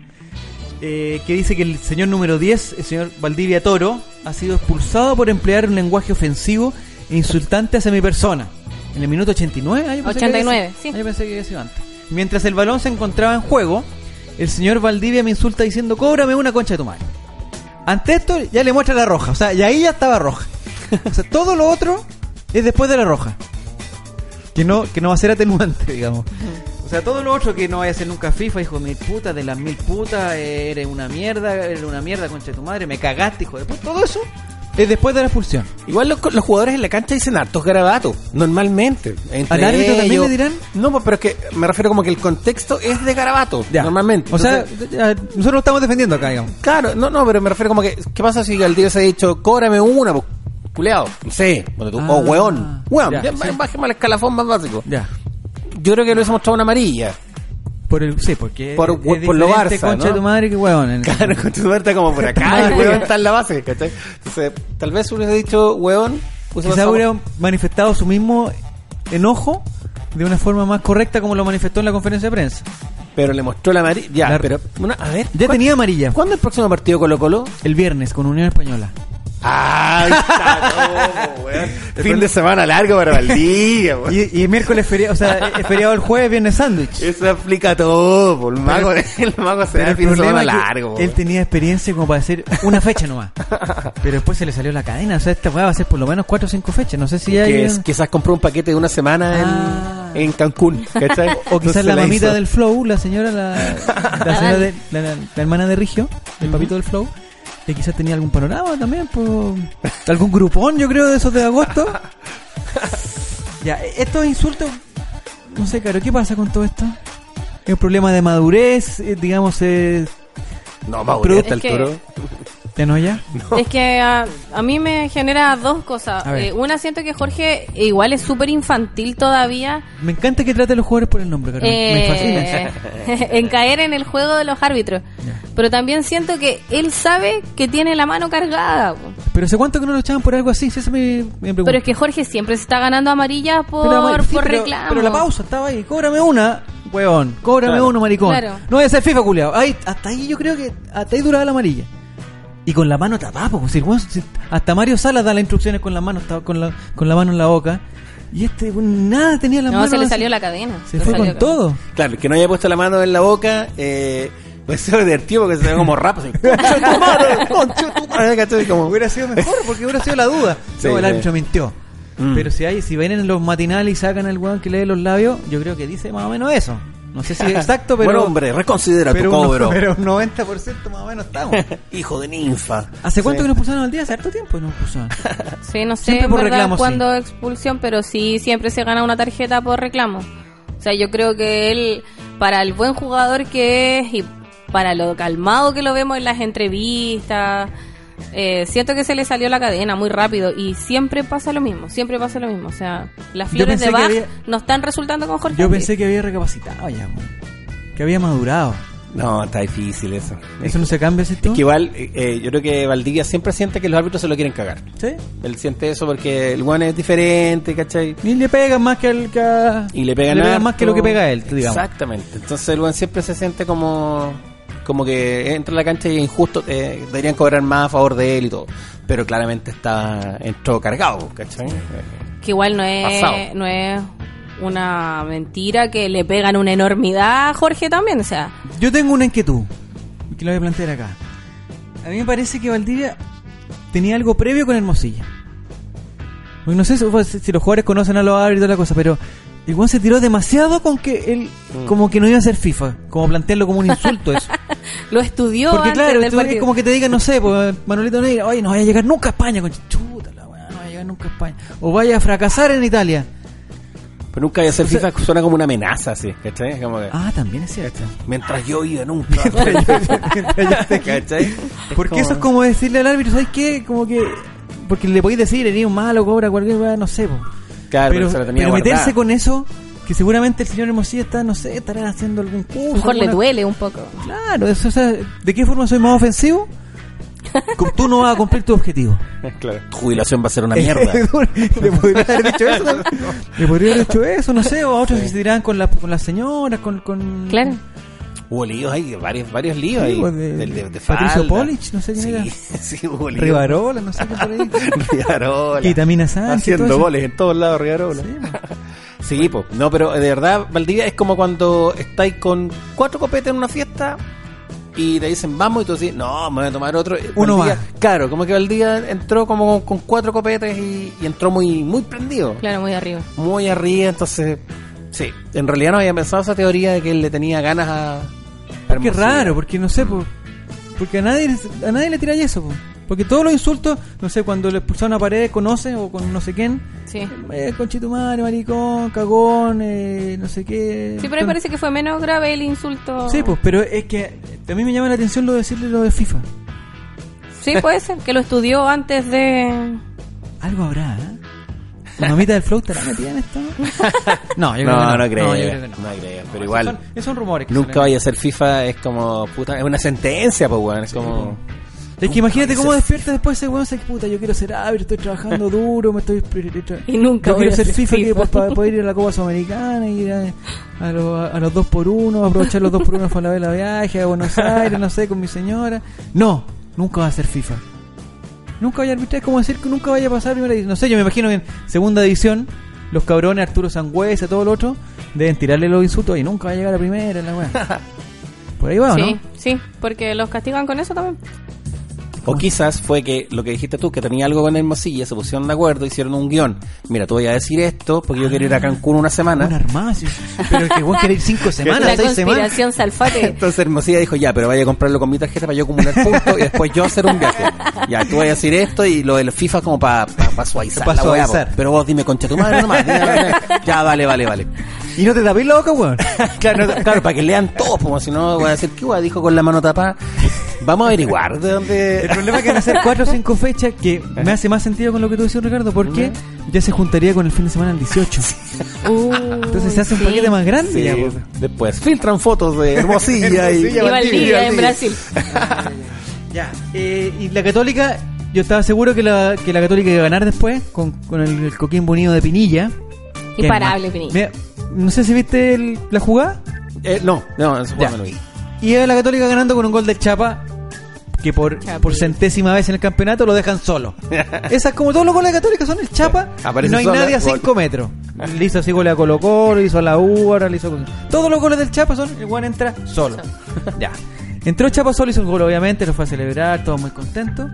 eh, que dice que el señor número 10, el señor Valdivia Toro, ha sido expulsado por emplear un lenguaje ofensivo e insultante hacia mi persona. En el minuto 89, ah, yo pensé que había 89, sido- sí. ah, yo pensé que había sido antes. Mientras el balón se encontraba en juego, el señor Valdivia me insulta diciendo, cóbrame una concha de tu madre. Ante esto ya le muestra la roja, o sea, y ahí ya estaba roja. O sea, todo lo otro es después de la roja. Que no, que no va a ser atenuante, digamos. O sea, todo lo otro que no vaya a ser nunca FIFA, hijo de mil putas, de las mil putas, eh, eres una mierda, eres una mierda, concha de tu madre, me cagaste, hijo de puta, todo eso es después de la expulsión. Igual los, los jugadores en la cancha dicen hartos garabatos, normalmente. Entre ¿Al árbitro también ellos- le dirán? No, pues, pero es que me refiero como que el contexto es de garabato, normalmente. O sea, Entonces, ya, nosotros lo estamos defendiendo acá, digamos. claro, no, no, pero me refiero como que, ¿qué pasa si Galdío se ha dicho, cóbrame una, pues, culeado? No sé, ponte tú, Ah, o hueón. Hueón, ya, ya, sí. bajemos al escalafón más básico. Ya. Yo creo que le hubiese mostrado una amarilla. Por el, sí, porque Por- es por lo diferente Barça, concha de ¿no? tu madre que huevón. en- Claro, con tu suerte como por acá, el hueón está en la base, ¿cachai? Entonces, tal vez hubiese dicho hueón, hubiese Quizás pasado- hubiera manifestado su mismo enojo de una forma más correcta como lo manifestó en la conferencia de prensa. Pero le mostró la amarilla. Ya, La- pero. una- a ver. Ya ¿cuán- tenía amarilla. ¿Cuándo el próximo partido Colo Colo? El viernes con Unión Española. Ah, Fin de semana largo para Valdivia, weón. Y, y el miércoles feriado, o sea, es feriado el jueves, viernes sándwich. Eso aplica todo, po. el mago, el mago se Pero da el el fin de problema semana es que largo. po. él tenía experiencia como para hacer una fecha nomás. Pero después se le salió la cadena. O sea, esta weá va a ser por lo menos cuatro o cinco fechas. No sé si hay... que un- es- quizás compró un paquete de una semana en- Ah. en, Cancún. ¿cachai? O quizás Entonces la mamita hizo. del Flow, la señora, la, la, señora de- la- la- la hermana de Rigio, el papito del Flow, que quizás tenía algún panorama también, po. algún grupón, yo creo, de esos de agosto. ya, e- estos insultos, no sé, Caro, ¿qué pasa con todo esto? Es un problema de madurez, eh, digamos, eh, No, Mauro, a esta Es que- altura. ¿te no ya? Es que a, a mí me genera dos cosas. A ver. Eh, una, siento que Jorge igual es súper infantil todavía. Me encanta que trate a los jugadores por el nombre, Caro, me- me eh, fascina. en caer en el juego de los árbitros. Ya. Pero también siento que él sabe que tiene la mano cargada. po. Pero ¿hace cuánto que no lo echaban por algo así? Sí, Esa es mi, mi pregunta. Pero es que Jorge siempre se está ganando amarillas por, Pero, amor, sí, por pero- reclamo. pero la pausa estaba ahí. Cóbrame una, weón. Cóbrame Claro. uno, maricón. Claro. No voy a ser FIFA, culiao. Ahí, hasta ahí yo creo que hasta ahí duraba la amarilla. Y con la mano tapada, po, pues, si el weón- si- hasta Mario Salas da las instrucciones con la mano ta- con la, con la mano en la boca. Y este weón, nada tenía la no, mano. se le así. salió la cadena. Se Le fue salió con la- todo. Claro, que no haya puesto la mano en la boca, eh, pues se divertido porque se ve como rap. así. Concha tu madre, ¿cachai? Como hubiera sido mejor porque hubiera sido la duda. Sí, no, el sí. árbitro mintió. Mm. Pero si hay, si vienen los matinales y sacan al weón que lee los labios, yo creo que dice más o menos eso. No sé si es exacto, pero. Buen hombre, reconsidera tu un- cobro. pero un 90% más o menos estamos. Hijo de ninfa. ¿Hace cuánto Sí. que nos expulsaron al día? Hace harto tiempo que nos expulsaron. Sí, no sé Siempre en por verdad reclamo, sí. cuándo expulsión, pero sí siempre se gana una tarjeta por reclamo. O sea, yo creo que él, para el buen jugador que es y para lo calmado que lo vemos en las entrevistas, eh, siento que se le salió la cadena muy rápido y siempre pasa lo mismo, siempre pasa lo mismo. O sea, las Yo flores pensé de que Bach había- no están resultando con Jorge. Yo Luis. pensé que había recapacitado ya, weón. que había madurado. No, está difícil eso. ¿Eso no se cambia, si tú? Es que igual, eh, eh, yo creo que Valdivia siempre siente que los árbitros se lo quieren cagar. ¿Sí? Él siente eso porque el guan es diferente, ¿cachai? Y le pegan más que al que a- Y le pegan, harto. más que lo que pega él, digamos. Exactamente. Entonces el guan siempre se siente como como que entra a la cancha y es injusto, eh, deberían cobrar más a favor de él y todo. Pero claramente está entró cargado, ¿cachai? Eh, Que igual no es, Pasado. no es una mentira que le pegan una enormidad a Jorge también, o sea. Yo tengo una inquietud que la voy a plantear acá. A mí me parece que Valdivia tenía algo previo con Hermosilla. Porque no sé si, pues, si los jugadores conocen a los árbitros y toda la cosa, pero el weón se tiró demasiado con que él, Mm. como que no iba a ser FIFA, como plantearlo como un insulto eso. Lo estudió Porque antes claro, del tú- partido. es como que te digan, no sé, pues, Manuelito Neira, oye, no vaya a llegar nunca a España, con chuta la weá, no vaya a llegar nunca a España. O vaya a fracasar en Italia. Pero nunca voy a hacer O sea- FIFA, suena como una amenaza, así, ¿cachai? Como que, Ah, también es cierto. Mientras yo iba nunca. ¿Cachai? Porque eso es como decirle al árbitro, ¿sabes qué? Como que. Porque le podéis decir, eres un malo, cobra cualquier weá, no sé. po. Claro, Ah, pero, pero se la tenía pero guardada. meterse con eso, que seguramente el señor Hermosilla está, no sé, estará haciendo algún curso. A lo mejor le alguna- duele un poco. Claro, eso, o sea, ¿de qué forma soy más ofensivo? Con- Tú no vas a cumplir tu objetivo. Claro. Tu jubilación va a ser una mierda. le podría haber dicho eso. ¿no? Le podría haber dicho eso, no sé, o a otros que se dirán con, la, con las señoras, con. con Claro. hubo líos ahí, varios, varios líos Sí, ahí. pues, de- del- de, de Patricio falda. Polich, no sé quién sí, era. Sí, hubo líos. Rivarola, no sé qué por ahí. Rivarola. Vitamina Sánchez, todo Haciendo eso. goles en todos lados, Rivarola. Sí, po. Sí, po. No, pero eh, de verdad, Valdivia es como cuando estáis con cuatro copetes en una fiesta y te dicen vamos y tú decís, no, me voy a tomar otro. Eh, Uno Valdivia- más. Claro, como que Valdivia entró como con cuatro copetes y, y entró muy, muy prendido. Claro, muy arriba. muy arriba, entonces sí, en realidad no había pensado esa teoría de que él le tenía ganas a a Qué Hermosilla. raro, porque no sé, po. porque a nadie, a nadie le tira eso, po. porque todos los insultos, no sé, cuando le expulsaron a pared, conoce o con no sé quién, Sí. eh, conchetumare, maricón, cagón, eh, no sé qué. Sí, pero me parece que fue menos grave el insulto. Sí, pues, pero es que a mí me llama la atención lo de decirle lo de FIFA. Sí, puede ser que lo estudió antes de. Algo habrá, ¿eh? La mamita del flow estará metida en esto. No, yo creo No, que no creo. No, yo creo que no. No creo, pero Esos igual son- Esos son rumores. que nunca salen. vaya a ser FIFA es como puta, es una sentencia, pues weón, es como Es que imagínate cómo despierta después ese weón, se puta, yo quiero ser árbitro, estoy trabajando duro, me estoy... Y nunca Yo voy quiero a ser ser FIFA, que- FIFA. pa- para poder ir a la Copa Sudamericana, ir a, a lo- a los dos por uno, aprovechar los dos por uno para la vela viaje a Buenos Aires, no sé, con mi señora. No, nunca va a ser FIFA. Nunca vaya a arbitrar, es como decir que nunca vaya a pasar primera edición. No sé, yo me imagino que en segunda edición, los cabrones, Arturo Sangüesa, todo lo otro, deben tirarle los insultos y nunca va a llegar a primera, la weá. Por ahí va, ¿o sí, Ah, ¿no? sí, porque los castigan con eso también. O quizás fue que lo que dijiste tú, que tenía algo con Hermosilla, se pusieron de acuerdo, hicieron un guión. Mira, tú voy a decir esto porque yo quiero ir a Cancún una semana. Un armacio. Pero el que vos querés ir cinco semanas, la seis semanas. conspiración salfate. Entonces Hermosilla dijo, ya, pero vaya a comprarlo con mi tarjeta para yo acumular puntos y después yo hacer un viaje. Ya, tú vas a decir esto y lo del FIFA como para pa, pa suavizar. Pa' la weá, po. suavizar. Pero vos dime, concha tu madre nomás. dime, dime. ya, vale, vale, vale. Y no te tapéis la boca, weón. Claro, no, claro, para que lean todos, como si no voy a decir, ¿qué weá dijo con la mano tapada? Vamos a averiguar de El dónde... problema es que van a ser cuatro o cinco fechas que me hace más sentido con lo que tú decías, Ricardo, porque ya se juntaría con el fin de semana el 18. Entonces se hace Uh, un paquete más grande. Sí, ya, po. después filtran fotos de Hermosilla y... Hermosilla, Y Valdivia en Brasil. Ya. eh, y la Católica, yo estaba seguro que la, que la Católica iba a ganar después con, con el, el Coquimbo Unido de Pinilla. Que Imparable, es más- Pinilla. Mira, no sé si viste el- la jugada. Eh, no, no, eso Ya. me lo vi. Y la Católica ganando con un gol del Chapa, que por, Chapita. por centésima vez en el campeonato lo dejan solo. Esas, como todos los goles de Católica son el Chapa, Aparece no hay solo, nadie a gol. 5 metros. Le hizo así goles a Colo Colo, hizo a la U, ahora le hizo... Todos los goles del Chapa son, el Juan entra solo. ya. Entró Chapa solo, hizo un gol obviamente, lo fue a celebrar, todos muy contentos.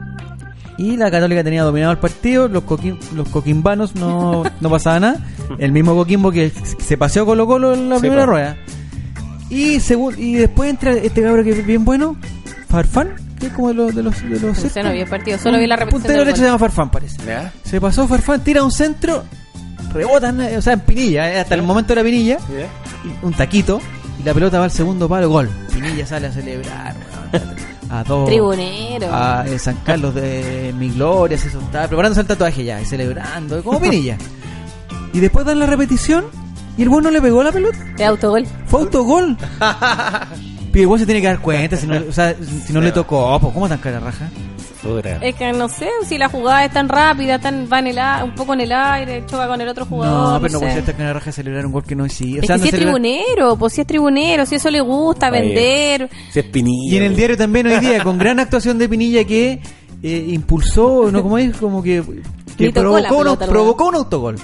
Y la Católica tenía dominado el partido, los, coquim- los coquimbanos no, no pasaba nada. El mismo Coquimbo que se paseó Colo Colo en la Sí, primera po. rueda. Y según y después entra este cabrón que es bien bueno, Farfán, que es como de los de los de los No sé, no vi el partido, solo vi la repetición Puntero del derecho gol. se llama Farfán, parece. ¿Ya? Se pasó Farfán, tira un centro, rebota, en- o sea, en pinilla, eh, hasta el momento era pinilla, y un taquito y la pelota va al segundo palo, gol. Pinilla sale a celebrar. weón, A dos Tribunero. a eh, San Carlos de Mi Gloria, se estaba preparándose el tatuaje ya, y celebrando, como Pinilla. y después dan la repetición y el bueno le pegó la pelota. De autogol. Fue autogol. Pero igual se tiene que dar cuenta, si no, o sea, si no le tocó, pues, ¿cómo tan cara raja? Dura. Es que no sé si la jugada es tan rápida, tan va en el a- un poco en el aire, choca con el otro jugador. No, pero no puede sé. ser tan cara raja celebrar un gol que no es sí. O Es sea, que no si es celebrar- tribunero, pues si es tribunero, si eso le gusta, Oye. vender. Si es pinilla. Y en el güey. diario también hoy día, con gran actuación de Pinilla que eh, impulsó, no como es, como que, que Ni tocó provocó, la un- pelota, provocó un autogol.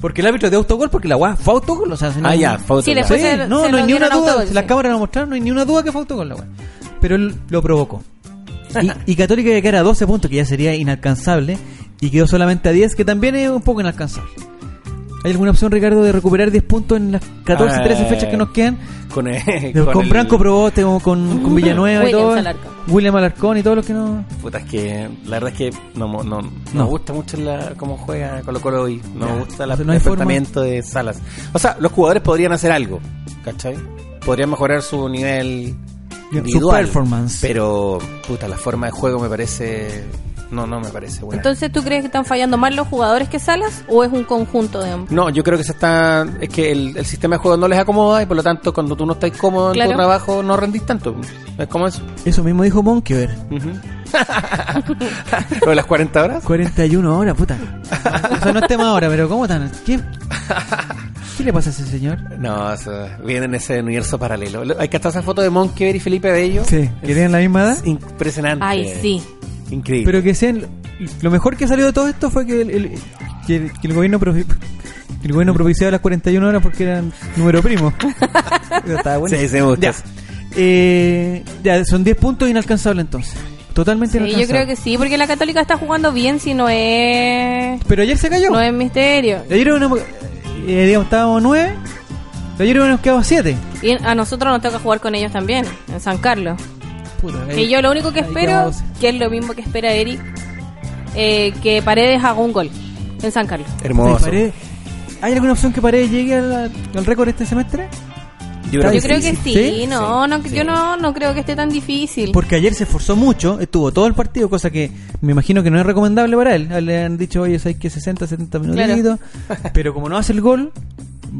Porque el árbitro dio autogol porque la weá fue autogol. O sea, si no- Ah, ya, fue Sí, otro le lado. fue Sí, se- no, se no hay lo ni una dieron duda. autogol, Las sí. cámaras lo mostraron, no hay ni una duda que fue autogol la weá. Pero él lo provocó. Y, y Católica que queda a 12 puntos, que ya sería inalcanzable. Y quedó solamente a 10, que también es un poco inalcanzable. ¿Hay alguna opción, Ricardo, de recuperar 10 puntos en las 14, 13 Eh, fechas que nos quedan? Con, eh, Con, el- Branco Proboste, con, con, con Villanueva y Williams todo. Alarcón. William Alarcón y todos los que no. Puta, es que la verdad es que no, mo- no, no No. me gusta mucho la, cómo juega Colo Colo hoy. No Ya. me gusta la- O sea, no hay el forma. tratamiento de Salas. O sea, los jugadores podrían hacer algo, ¿cachai? Podrían mejorar su nivel Su individual. performance. Pero, puta, la forma de juego me parece... No, no me parece buena. Entonces, ¿tú crees que están fallando más los jugadores que Salas o es un conjunto de ambos? No, yo creo que se está, es que el, el sistema de juego no les acomoda y por lo tanto cuando tú no estás cómodo en Claro. tu trabajo no rendís tanto. Es como eso. Eso mismo dijo Monkever. Ujú. Lo de las 40 horas. 41 horas, puta. O sea, no es tema ahora, pero ¿cómo tan? ¿Qué, ¿Qué le pasa a ese señor? No, o sea, viene en ese universo paralelo. Lo- Hay que estar esa foto de Monkever y Felipe Bello. Sí, que tienen la misma edad. Es impresionante. Ay, sí. Increíble. Pero que sean. Lo mejor que salió de todo esto fue que el, el- que el, que el gobierno provi- que el gobierno propiciaba las 41 horas porque eran número primo. Eso estaba bueno. Sí, sí, me gusta. Ya. Eh, ya, son 10 puntos inalcanzables entonces. Totalmente Sí, Eh, yo inalcanzables. creo que sí, porque la Católica está jugando bien si no es. Pero ayer se cayó. No es misterio. Ayer era una- eh, digamos, estábamos 9. Ayer nos quedado 7. Y a nosotros nos toca jugar con ellos también, en San Carlos. Puta, Y yo lo único que ahí espero, quedamos. que es lo mismo que espera Eric, eh, que Paredes haga un gol en San Carlos. Puta, Hermoso. y Paredes- ¿Hay alguna opción que Paredes llegue al, al récord este semestre? Yo Está creo que Yo creo sí. que sí, ¿Sí? no, Sí, no sí. yo no, no creo que esté tan difícil. Porque ayer se esforzó mucho, estuvo todo el partido, cosa que me imagino que no es recomendable para él. Le han dicho, oye, sabes que 60, 70 minutos. Pero como no hace el gol,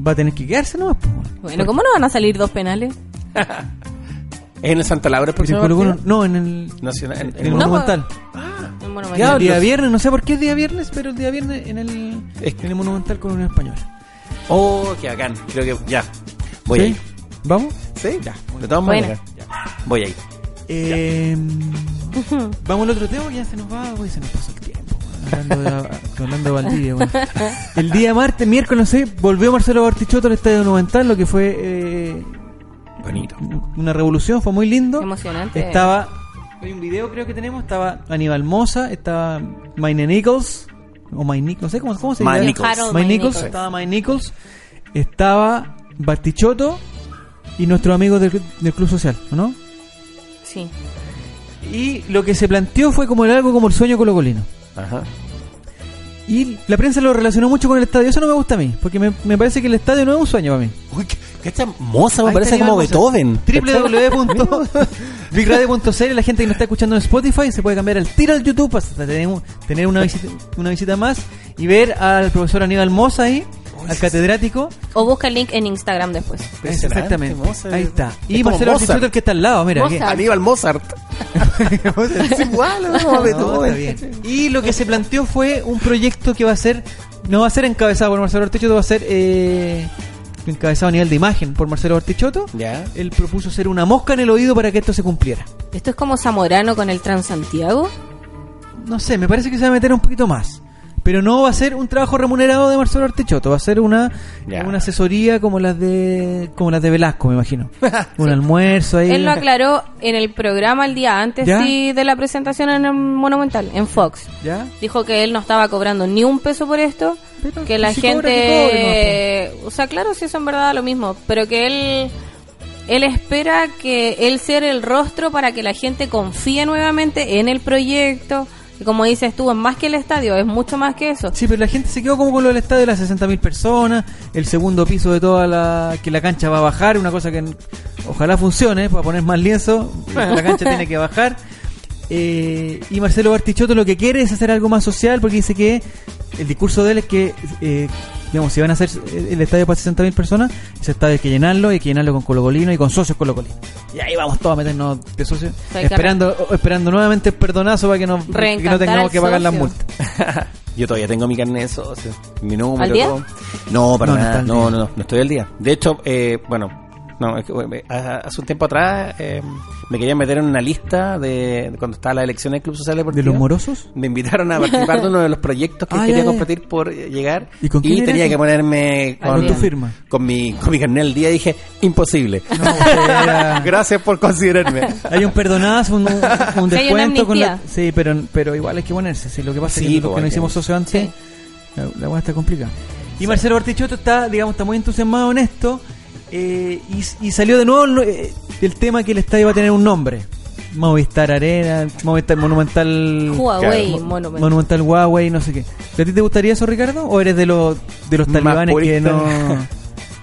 va a tener que quedarse nomás. po. Bueno, ¿cómo no van a salir dos penales? Es ¿Es en el Santa Laura el Porque en próximo Colo-Colo- partido? no, en el, Nacional. en- en en- el No, pues, Monumental. El mono Ya, mayor. el día viernes, no sé por qué es día viernes, pero el día viernes en el, Es- en el Monumental con un español. Oh, qué bacán. Creo que ya. Voy ¿Sí? ahí. ¿Vamos? Sí, ya. De todas Buena. maneras. Voy ahí. Eh, Vamos al otro tema, ya se nos va, güey, se nos pasó el tiempo. güey, Hablando de, hablando de Valdivia, güey. El día martes, miércoles, no sé, volvió Marcelo Bartichotto al Estadio Monumental, lo que fue eh, Bonito. una revolución, fue muy lindo. Emocionante. Estaba, hay un video creo que tenemos, estaba Aníbal Moza, estaba Maine Nichols, o Mike Nichols, no sé cómo, cómo se Mike llama. Nichols. Harold Mike Mike Nichols, Nichols. estaba Mike Nichols, estaba Bartichotto y nuestros amigos del, del Club Social, ¿o ¿no? Sí. Y lo que se planteó fue como el- algo como el sueño colocolino. Ajá. Y la prensa lo relacionó mucho con el estadio. Eso no me gusta a mí, porque me, me parece que el estadio no es un sueño para mí. Uy, qué, qué chamosa, me Ahí parece está como Iván Mosa. Beethoven. www.bigradio.cl La gente que nos está escuchando en Spotify se puede cambiar al tiro al YouTube hasta tener, un- tener una, visita, una visita más y ver al profesor Aníbal Moza ahí, al catedrático. O busca el link en Instagram después. Impresionante, Moza. Ahí está. Es Y como Marcelo Mozart. Artichoto, el que está al lado, mira. Mozart. que- Aníbal Mozart. es igual, ¿no? Como No, Beethoven. está bien. Y lo que se planteó fue un proyecto que va a ser, no va a ser encabezado por Marcelo Ortichotto, va a ser eh, encabezado a nivel de imagen por Marcelo Ortichotto. Ya. Él propuso ser una mosca en el oído para que esto se cumpliera. Esto es como Zamorano con el Transantiago. No sé, me parece que se va a meter un poquito más. Pero no va a ser un trabajo remunerado de Marcelo Ortichotto, va a ser una, Ya. una asesoría como las de como las de Velasco, me imagino. un almuerzo ahí. Él lo aclaró en el programa el día antes ¿Ya? sí, de la presentación en el Monumental, en Fox. ¿Ya? Dijo que él no estaba cobrando ni un peso por esto, Pero que la si gente... cobra, que pues. o sea, claro, si eso en verdad da lo mismo, pero que él... Él espera que él sea el rostro para que la gente confíe nuevamente en el proyecto. Y como dices tú, es más que el estadio, es mucho más que eso. Sí, pero la gente se quedó como con lo del estadio de las 60.000 personas, el segundo piso de toda la. que la cancha va a bajar, una cosa que n- ojalá funcione, para poner más lienzo, la cancha tiene que bajar. Eh, y Marcelo Bartichotto lo que quiere es hacer algo más social porque dice que el discurso de él es que, eh, digamos, si van a hacer eh, el estadio para 60.000 personas, ese estadio hay que llenarlo, hay que llenarlo con colocolinos y con socios colocolinos. Y ahí vamos todos a meternos de socios, Hay que esperando, o- esperando nuevamente el perdonazo para que no, que no Reencantar tengamos al que pagar las socio. multas. Yo todavía tengo mi carnet de socio. Mi número. ¿Al día? todo. No, para No, no está nada. al No, día. no, no, no estoy al día. De hecho, eh, bueno, no, es que, bueno, a- hace un tiempo atrás eh, me querían meter en una lista de de cuando estaba la elección del Club Social Deportivo. ¿De los morosos? Me invitaron a participar de uno de los proyectos que Ah, quería ya, ya. competir por eh, llegar. ¿Y con quién era tenía eso? que ponerme Ah, con, con tu firma. Con mi, con mi carnet al día. Dije, imposible. No, era- Gracias por considerarme. Hay un perdonazo, un, un- un Sí, hay una descuento. con la- amnistía. Sí, pero, pero igual hay que ponerse. sí, lo que pasa Sí, es que porque pues, no hicimos hay que- socio antes, Sí. la, la hueá está complicada. Y Marcelo Bartichotto está, digamos, está muy entusiasmado en esto. eh, y, y salió de nuevo el, eh, el tema que el estadio va a tener un nombre. Movistar Arena, Movistar Monumental... Huawei, Mo- Monumental. Monumental Huawei, no sé qué. ¿A ti te gustaría eso, Ricardo? ¿O eres de los, de los Más talibanes que purista. no...?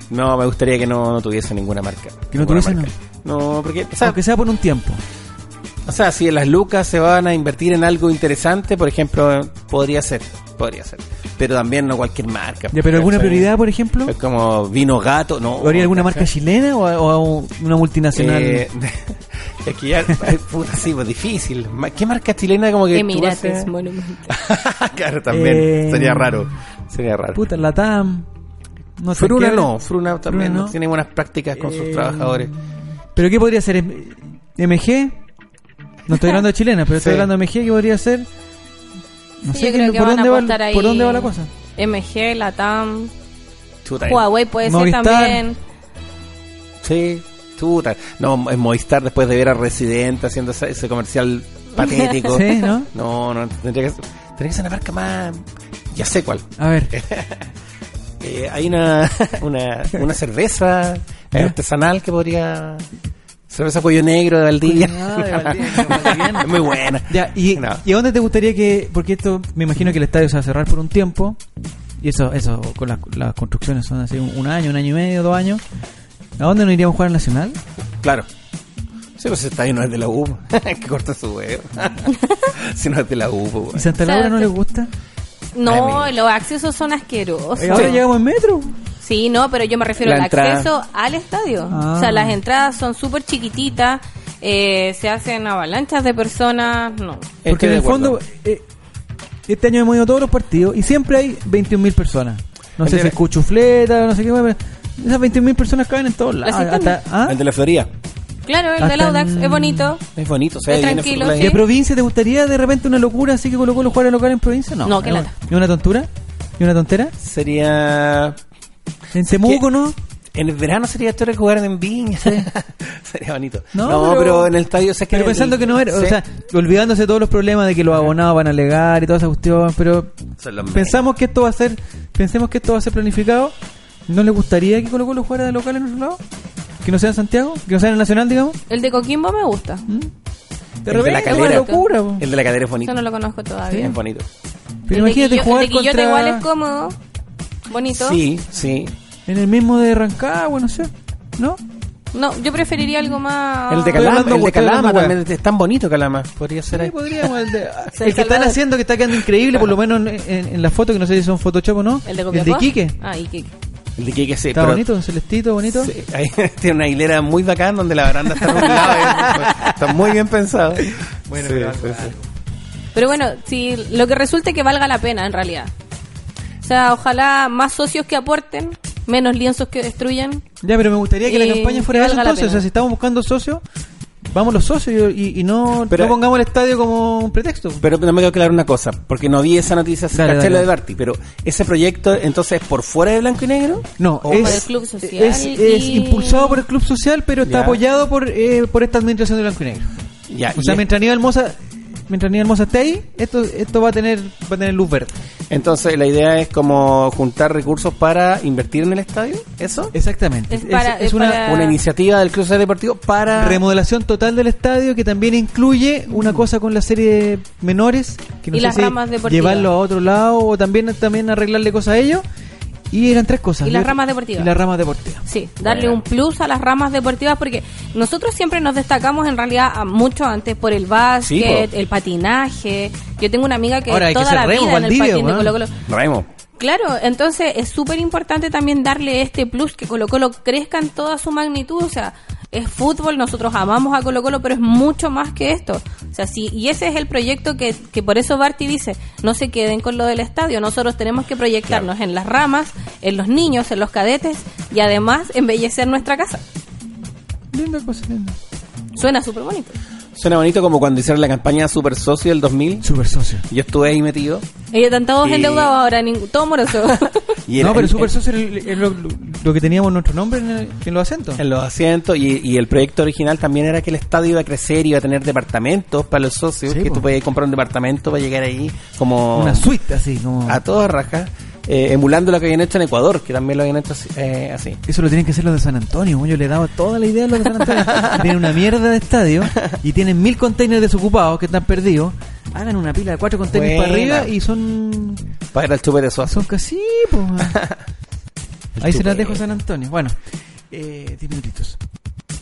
No, me gustaría que no, no tuviese ninguna marca. Que no Ninguna tuviese, marca. No, porque, o sea, aunque sea por un tiempo. o sea, si las lucas se van a invertir en algo interesante, por ejemplo, podría ser, podría ser. Pero también no cualquier marca. Ya, pero alguna ¿cachai? prioridad, por ejemplo... Es como vino gato, no. ¿O ¿Habría alguna marca ¿cachai? chilena o, o una multinacional? Eh, es que ya, ay, puta, sí, pues difícil. Ma- ¿Qué marca chilena como que tú Emirates haces? Monumental. claro, también. Eh, Sería raro. Sería raro. Puta, la TAM. No sé Fruna qué. no, Fruna también Fruna no. no. tiene buenas prácticas con sus Eh, trabajadores. ¿Pero qué podría ser? ¿M- ¿MG? No estoy hablando de chilena, pero estoy Sí. hablando de MG. ¿Qué podría ser? No Sí, sé yo qué- creo que por, van a dónde va, apostar el- ahí por dónde va la cosa. MG, Latam, Chuta, eh. Huawei puede Movistar. ser también. Sí, chuta. No, en Movistar después de ver a Residente haciendo ese, ese comercial patético. Sí, ¿no? No, no, tendría que, ser- tendría que ser una marca más... Ya sé cuál. A ver. Eh, hay una, una, una cerveza ¿Ya? artesanal que podría... Cerveza Cuello Negro de Valdivia. Ah, de Valdivia, está muy bien. es muy buena. Ya, y, No. ¿y a dónde te gustaría que.? Porque esto, me imagino que el estadio se va a cerrar por un tiempo. Y eso, eso con las, las construcciones son así un, un año, un año y medio, dos años. ¿A dónde nos iríamos a jugar al Nacional? Claro. Sí, pues está ahí no es de la U. que corta su huevo. si no es de la U, pues, ¿Y bueno. Santa Laura no Claro. le gusta? No, Ay, los accesos son asquerosos. Eh, Ahora llegamos en metro. Sí, no, pero yo me refiero La al entrada. acceso al estadio. Ah. O sea, las entradas son súper chiquititas. eh, se hacen avalanchas de personas, no. Porque Estoy en de el acuerdo. fondo, eh, este año hemos ido a todos los partidos y siempre hay 21.000 personas. No sé El si de- es cuchufleta, no sé qué, pero esas 21.000 personas caben en todos lados. Las Hasta- ¿ah? El de la Florida. Claro, el Hasta del Audax en- es bonito. Es bonito, se Es ve bien tranquilo, el sí. ¿De provincia te gustaría de repente una locura así que colocó los jugadores locales en provincia? No. No, qué ¿Y una- lata. ¿Y una tontura? ¿Y una tontera? Sería. ¿En Temuco, no? En el verano sería historia jugar en Viña. sería bonito. No, No, pero- pero, en el estadio. o sea, es que Pero pensando el- que no era, o sí. sea, olvidándose todos los problemas de que los abonados van a alegar y toda esa cuestión, pero Son los pensamos que esto va a ser, pensemos que esto va a ser planificado. ¿No le gustaría que Colo Colo jugara de local en otro lado? ¿Que no sea en Santiago? ¿Que no sea en el Nacional, digamos? El de Coquimbo me gusta. El de la repente es calera. una locura. po. El de la cadera es bonito. Yo no lo conozco todavía. Es bonito. Pero el de imagínate Quillo- el jugar de Quillota contra- igual es cómodo, bonito. Sí, sí. en el mismo de Rancagua, no sé, ¿no? No, yo preferiría algo más... El de Estoy hablando Calama, el de cuestión, Calama no, weá. también. Es tan bonito Calama. pues. Podría ser Sí, ahí. podríamos. El, de- Se el que salva están de- haciendo que está quedando increíble, por lo menos en, en- en la foto, que no sé si son Photoshop o no. El de el Copiapó. de Quique. Ah, Iquique. El de Quique sí. Está pero- bonito, un celestito, bonito. Sí, ahí tiene una hilera muy bacán donde la baranda está nublada. está muy bien pensado. Bueno, Pero bueno, si lo que resulte que valga la pena en realidad. O sea, ojalá más socios que aporten, menos lienzos que destruyan. Ya, pero me gustaría que Y la campaña fuera que eso valga la entonces. O sea, pena. si estamos buscando socios, vamos los socios y, y- y no, Pero- no pongamos el estadio como un pretexto. Pero no me quedó claro una cosa, porque no vi esa noticia, Dale, caché dale. lo de Barty, pero ese proyecto entonces por fuera de blanco y negro. No, O- es, Por el Club Social es, es y- impulsado por el Club Social, pero está Ya. apoyado por, eh, por esta administración de Blanco y Negro. Ya, O y sea, es- mientras Aníbal Moza, mientras Aníbal Moza esté ahí, esto, esto va a tener, va a tener luz verde. entonces la idea es como juntar recursos para invertir en el estadio, ¿eso? Exactamente. Es para- es una para- Una iniciativa del Club Social Deportivo para... remodelación total del estadio que también incluye una cosa con la serie de menores que no Y sé las si ramas deportivas. llevarlo a otro lado o también también arreglarle cosas a ellos y eran tres cosas Y las Yo- ramas deportivas. y las ramas deportivas Sí, darle un plus a las ramas deportivas porque nosotros siempre nos destacamos en realidad a mucho antes por el básquet, Sí, po. el patinaje. Yo tengo una amiga que Ahora hay que toda ser la remo, vida en Valdivia, el patín de weón. Colo Colo. Remo. Claro, entonces es súper importante también darle este plus que Colo Colo crezca en toda su magnitud, o sea, es fútbol, nosotros amamos a Colo Colo, pero es mucho más que esto. O sea, sí, y ese es el proyecto que, que por eso Barty dice, no se queden con lo del estadio, nosotros tenemos que proyectarnos en las ramas, en los niños, en los cadetes y además embellecer nuestra casa. linda cosa linda Suena súper bonito. Suena bonito como cuando hicieron la campaña Super Socio del 2000. super socio Yo estuve ahí metido. Ellos están todos Y- endeudados ahora, ningún- todo moroso. Y no era- pero en- super en- socio es lo, lo- lo que teníamos en nuestro nombre en, el- en los acentos En los asientos y, y el proyecto original también era que el estadio iba a crecer, iba a tener departamentos para los socios, Sí, que po. tú podías comprar un departamento para llegar ahí como una suite así como a toda raja, eh, emulando lo que habían hecho en Ecuador, que también lo habían hecho así. eh, así. Eso lo tienen que hacer los de San Antonio. Yo le he dado toda la idea a los de San Antonio. tienen una mierda de estadio y tienen mil containers desocupados que están perdidos. Hagan una pila de cuatro containers para Buena. arriba y son. Para ir al chupe de Suazo. Son casi. po, man. Ahí se las Estupendo. dejo a San Antonio. Bueno, eh, diez minutitos.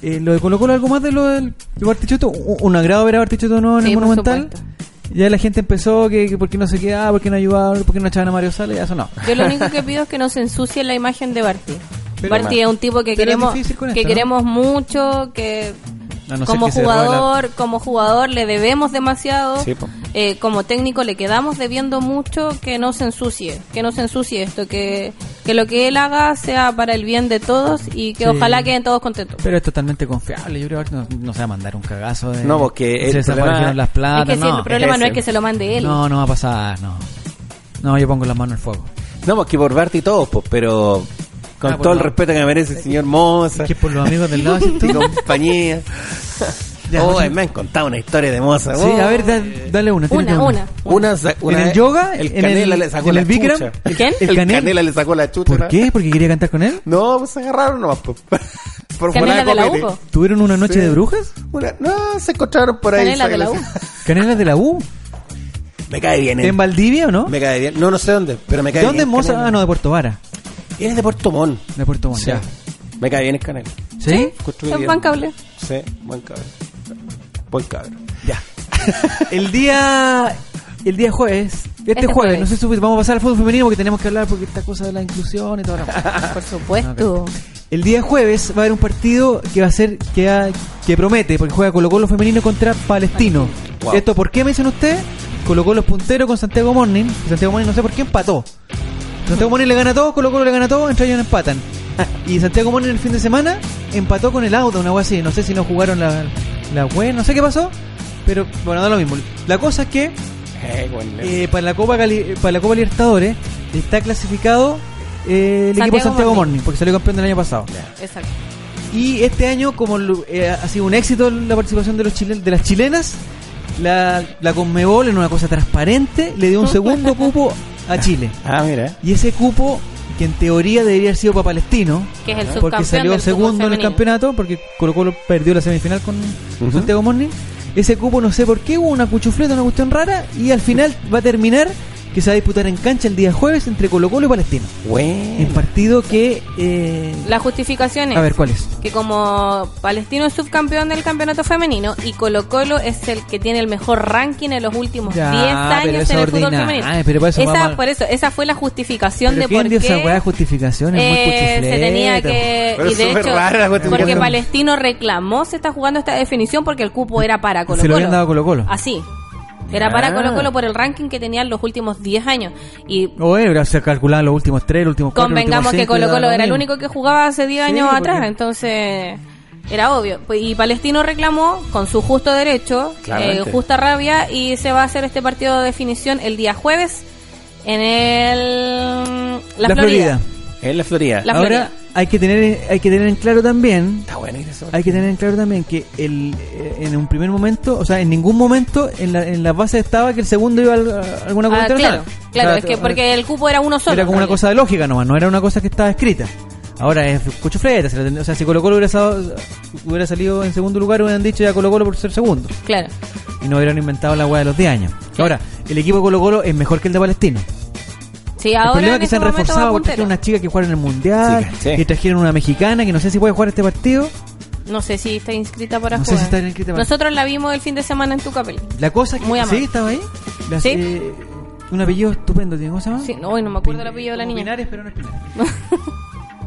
Eh, lo de Colo Colo, algo más de lo del de Bartichotto. Un, un agrado ver a Bartichotto no en Sí, el por Monumental. supuesto. Ya la gente empezó que, que por qué no se quedaba, por qué no ayudaba, por qué no echaban a Mario Sala, ya eso no. Yo lo único que pido es que no se ensucie la imagen de Barty. Pero- Barty es un tipo que pero es queremos difícil con que esto, ¿no? queremos mucho, que A no ser como que se jugador, como jugador le debemos demasiado, Sí, po. eh, como técnico le quedamos debiendo mucho, que no se ensucie, que no se ensucie esto, que, que lo que él haga sea para el bien de todos y que Sí. ojalá queden todos contentos. Pero es totalmente confiable. Yo creo que no, no se va a mandar un cagazo de. No, porque el se desaparecieron problema- las platas. es que si no. el problema no ese. es que se lo mande él. no, no va a pasar, no. No, yo pongo las manos al fuego. No, pues que por Barty y todos, pues, pero con Ah, por todo el lo- respeto que me merece el señor Moza Es que por los amigos del lado, ¿sí tú? y compañía. Ya, oh, mucho- me han contado una historia de Moza. Sí, Oh. a ver, da- dale una. tiene Una, que haber una. Una, sa- una- ¿En el yoga? El ¿En el- Canela le sacó en la el Bikram? chucha. ¿Quién? El, ¿El Canel? canela? le sacó la chucha. ¿Por qué? ¿Porque quería cantar con él? No, pues se agarraron nomás. po. Por Canela volada de la copete. UCO. ¿Tuvieron una noche Sí. de brujas? Una- no, se encontraron por ahí. Canela de la U. ¿Canelas de la U? Me cae bien. él. ¿En Valdivia o no? Me cae bien. No, no sé dónde, pero me cae ¿De dónde es bien. Moza? Canela. Ah, no, de Puerto Vara. Él es de Puerto Montt. De Puerto Montt. Sí. ya. Me cae bien el canal. ¿Sí? Construye Es bien. bancable. Sí, buen cabrón. Buen cabrón. Ya. El día. El día jueves. Este, Este jueves, jueves. no sé si vamos a pasar al fútbol femenino porque tenemos que hablar porque esta cosa de la inclusión y todo. Por supuesto. Ok. El día jueves va a haber un partido que va a ser que, ha- que promete, porque juega Colo Colo femenino contra Palestino. Wow. ¿Esto por qué me dicen ustedes? Colo Colo es puntero con Santiago Morning. y Santiago Morning no sé por qué empató. Santiago Morning le gana todo, Colo Colo le gana todo, entre ellos no empatan. Y Santiago Morning el fin de semana empató con el auto, una wea así. No sé si no jugaron la, la wea, no sé qué pasó. Pero bueno, da lo mismo. La cosa es que Eh, bueno, eh, para la Copa Cali- para la Copa Libertadores está clasificado eh, el equipo Santiago Santiago Morning. Morning, porque salió campeón del año pasado. Exacto. Y este año, como lo- eh, ha sido un éxito la participación de los chilen- de las chilenas, la, la Conmebol, en una cosa transparente, le dio un segundo cupo a Chile. Ah, mira. Y ese cupo, que en teoría debería haber sido para Palestino, Que es el subcampeón porque salió del fútbol segundo en el femenino. campeonato, porque Colo Colo perdió la semifinal con Ujú. Santiago Morning. Ese cupo, no sé por qué, hubo una cuchufleta, una cuestión rara, y al final va a terminar que se va a disputar en cancha el día jueves entre Colo Colo y Palestino. El Bueno. partido que... eh, La justificación es a ver, ¿cuál es? que como Palestino es subcampeón del campeonato femenino y Colo Colo es el que tiene el mejor ranking en los últimos 10 Ya, pero años eso en el fútbol ordinaria, femenino. ay, pero para eso esa, vamos a- por eso, esa fue la justificación Pero de por ¿quién dio esa weá de qué justificaciones? Muy eh, se cuchufleta, tenía que Pero y de súper hecho rara la justificación. porque Palestino reclamó se está jugando esta definición porque el cupo era para Colo Se lo Colo. habían dado a Colo Colo. Así. Era Ah. para Colo Colo por el ranking que tenían los últimos 10 años y Bueno, se calculaban los últimos tres, los últimos cuatro. los últimos Convengamos que cinco, Colo daba Colo lo era el mismo. único que jugaba hace 10 Sí, años porque- atrás, entonces era obvio. Pues, Y Palestino reclamó con su justo derecho, Claramente. eh, justa rabia, y se va a hacer este partido de definición el día jueves en el... La, Florida. En la Florida. La- Ahora hay que tener hay que tener en claro también, Está bueno ir a ese hay que tener en claro también que el eh, en un primer momento, o sea, en ningún momento en la en las bases estaba que el segundo iba al- a alguna Ah, cuestión claro, rara. claro, O sea, es que porque el cupo era uno solo. era como una en realidad. cosa de lógica nomás, no era una cosa que estaba escrita. Ahora es cuchufleta, se la ten- o sea, si Colo Colo hubiera, sa- hubiera salido en segundo lugar, hubieran dicho ya Colo Colo por ser segundo. Claro. y no hubieran inventado la hueá de los 10 años. Ahora, el equipo de Colo Colo es mejor que el de Palestino. Sí, el ahora problema es en que se han este momento va reforzado porque puntero. trajeron una chica que jugaron en el Mundial, Sí, caché. que trajeron una mexicana que no sé si puede jugar este partido. No sé si está inscrita para No sé jugar. si está inscrita para- Nosotros la vimos el fin de semana en tu papel. La cosa es que... Muy amable. sí, estaba ahí. Las, Sí. eh, un apellido estupendo tiene, ¿cómo se llama? Sí, no, hoy no me acuerdo el apellido de la Como niña. Pinares, pero no es Pinares.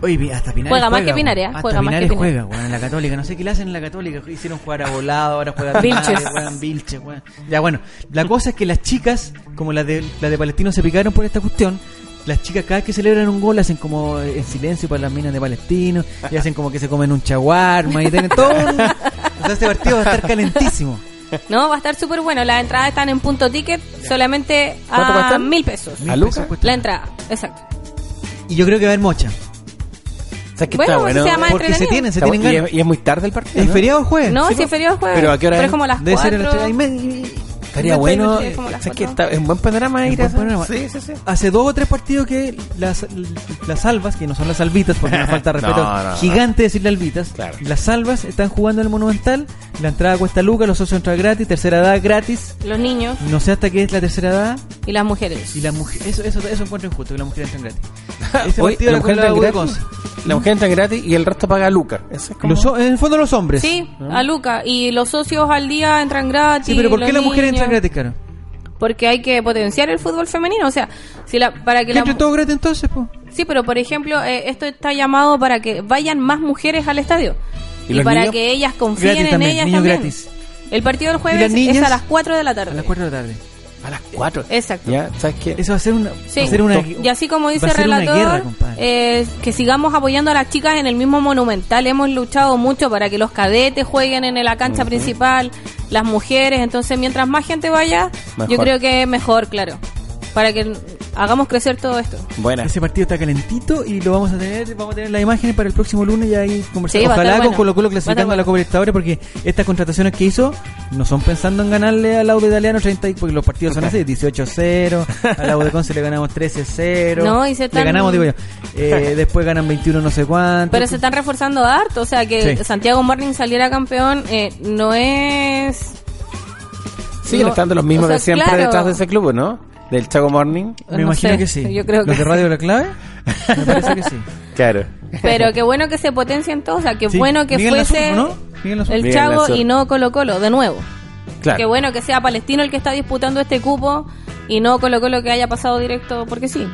Oye, vi- hasta Pinares Juega juega, más que weón. Pinares, ¿eh? Hasta Juega más que Pinares Pinares. juega, weón, en la Católica. No sé qué le hacen en la Católica. Hicieron jugar a volado, ahora juega a Pinares, Vilches. weón, Vilches, weón. Ya, bueno. La cosa es que las chicas, como las de, las de Palestino, se picaron por esta cuestión. Las chicas cada vez que celebran un gol hacen como eh, en silencio para las minas de Palestino. Y hacen como que se comen un chaguarma y tienen todo. un- O sea, este partido va a estar calentísimo. No, va a estar súper bueno. Las entradas están en punto ticket solamente ¿Cuánto a cuestan? mil pesos. Mil ¿A Luca? pesos cuesta. La entrada, exacto. Y yo creo que va a haber mocha. ¿Sabes qué Bueno, está pues bueno? se llama- Más Porque se entretenido. tienen, se Está tienen bueno. y, ganas. es, y es muy tarde el partido. ¿Es ¿no? feriado el jueves? No, Sí, si pues. es feriado jueves. ¿Pero a qué hora Pero es? es como las Debe ser a las cuatro. tres y media. Estaría Me bueno. parece como las ¿Sabes qué? cuatro. Está- Es un buen panorama Es ir buen a esa- panorama. Sí, sí, sí. Hace dos o tres partidos que las, las albas, que no son las albitas, porque una falta de respeto No, no, no. gigante decirle albitas, Claro. las albas están jugando en el Monumental, la entrada cuesta lucas, los socios entran gratis, tercera edad gratis, Los niños no sé hasta qué es la tercera edad, y las mujeres. y las mujeres, eso, eso, eso encuentro injusto, que las mujeres entran gratis. Ese Oye, partido la era con mujer la entra U de gratis. Conce. La mujer entra gratis y el resto paga Lucas. Eso es como- Los ho- en el fondo los hombres. Sí, a Luca. Y los socios al día entran gratis. Sí, pero ¿por los qué las mujeres niños. entran gratis, caro? Porque hay que potenciar el fútbol femenino. O sea, si la, para que ¿Que la, entren todo gratis entonces, po? Sí, pero por ejemplo, eh, esto está llamado para que vayan más mujeres al estadio. ¿Y Y, los para niños? que ellas confíen Gratis en también, ellas niños también. gratis. El partido ¿Y del las jueves es niñas? a las 4 de la tarde. A las 4 de la tarde. A las 4. Exacto. ¿Ya? ¿Sabes qué? Eso va a ser una... Sí. va a ser una Y así como dice va a el ser una relator, guerra, compadre. eh, que sigamos apoyando a las chicas en el mismo monumental. Hemos luchado mucho para que los cadetes jueguen en la cancha principal, las mujeres. Entonces, mientras más gente vaya, yo Mejor. creo que es mejor, claro. Para que hagamos crecer todo esto. Buena. Ese partido está calentito y lo vamos a tener, vamos a tener las imágenes para el próximo lunes y ahí conversar. Sí, va a Ojalá estar con bueno. Colo Va Colo a estar clasificando a la bueno. Copa Libertadores porque estas contrataciones que hizo no son pensando en ganarle al Aude Italiano 30 y- porque los partidos son así, 18-0, al Aude Conce le ganamos 13-0. No, y se le están- ganamos, digo yo. Eh, después ganan 21 no sé cuánto. Pero se están reforzando harto, o sea que Sí. Santiago Morning saliera campeón eh, no es... Siguen no, estando los mismos o sea, de siempre claro. detrás de ese club, ¿no? Del Chaco Morning. Me no imagino sé, que sí. yo creo ¿Los de que Radio La Clave? Me parece que sí. Claro. Pero qué bueno que se potencien todos, o sea, qué Sí. bueno que Miguel fuese Lazur, ¿no? Miguel Lazur. el Miguel Chago Lazur. y no Colo Colo, de nuevo. Claro. Qué bueno que sea Palestino el que está disputando este cupo y no Colo Colo que haya pasado directo, porque sí.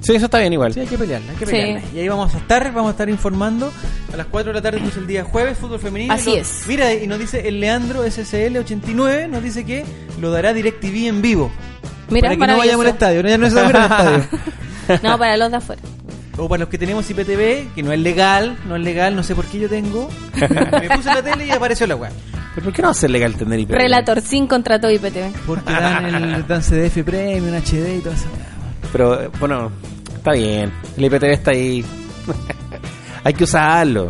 Sí, eso está bien igual. Sí, hay que pelearla, hay que Sí. pelearla. Y ahí vamos a estar, vamos a estar informando a las 4 de la tarde, pues el día jueves, fútbol femenino. Así Lo- es. Mira, y nos dice el Leandro SSL89, nos dice que lo dará DirecTV en vivo. Mira, para que no vayamos al maravilloso. estadio, no, ya no se va a ver al estadio. No, para los de afuera. O para los que tenemos IPTV, que no es legal, no es legal, no sé por qué yo tengo. Me puse la tele y apareció la weá. ¿Pero por qué no hacer legal tener IP? Relator sin contrato IPTV. Porque dan el dan CDF Premium, HD y todo eso. Pero eh, bueno, está bien. El IPTV está ahí. Hay que usarlo.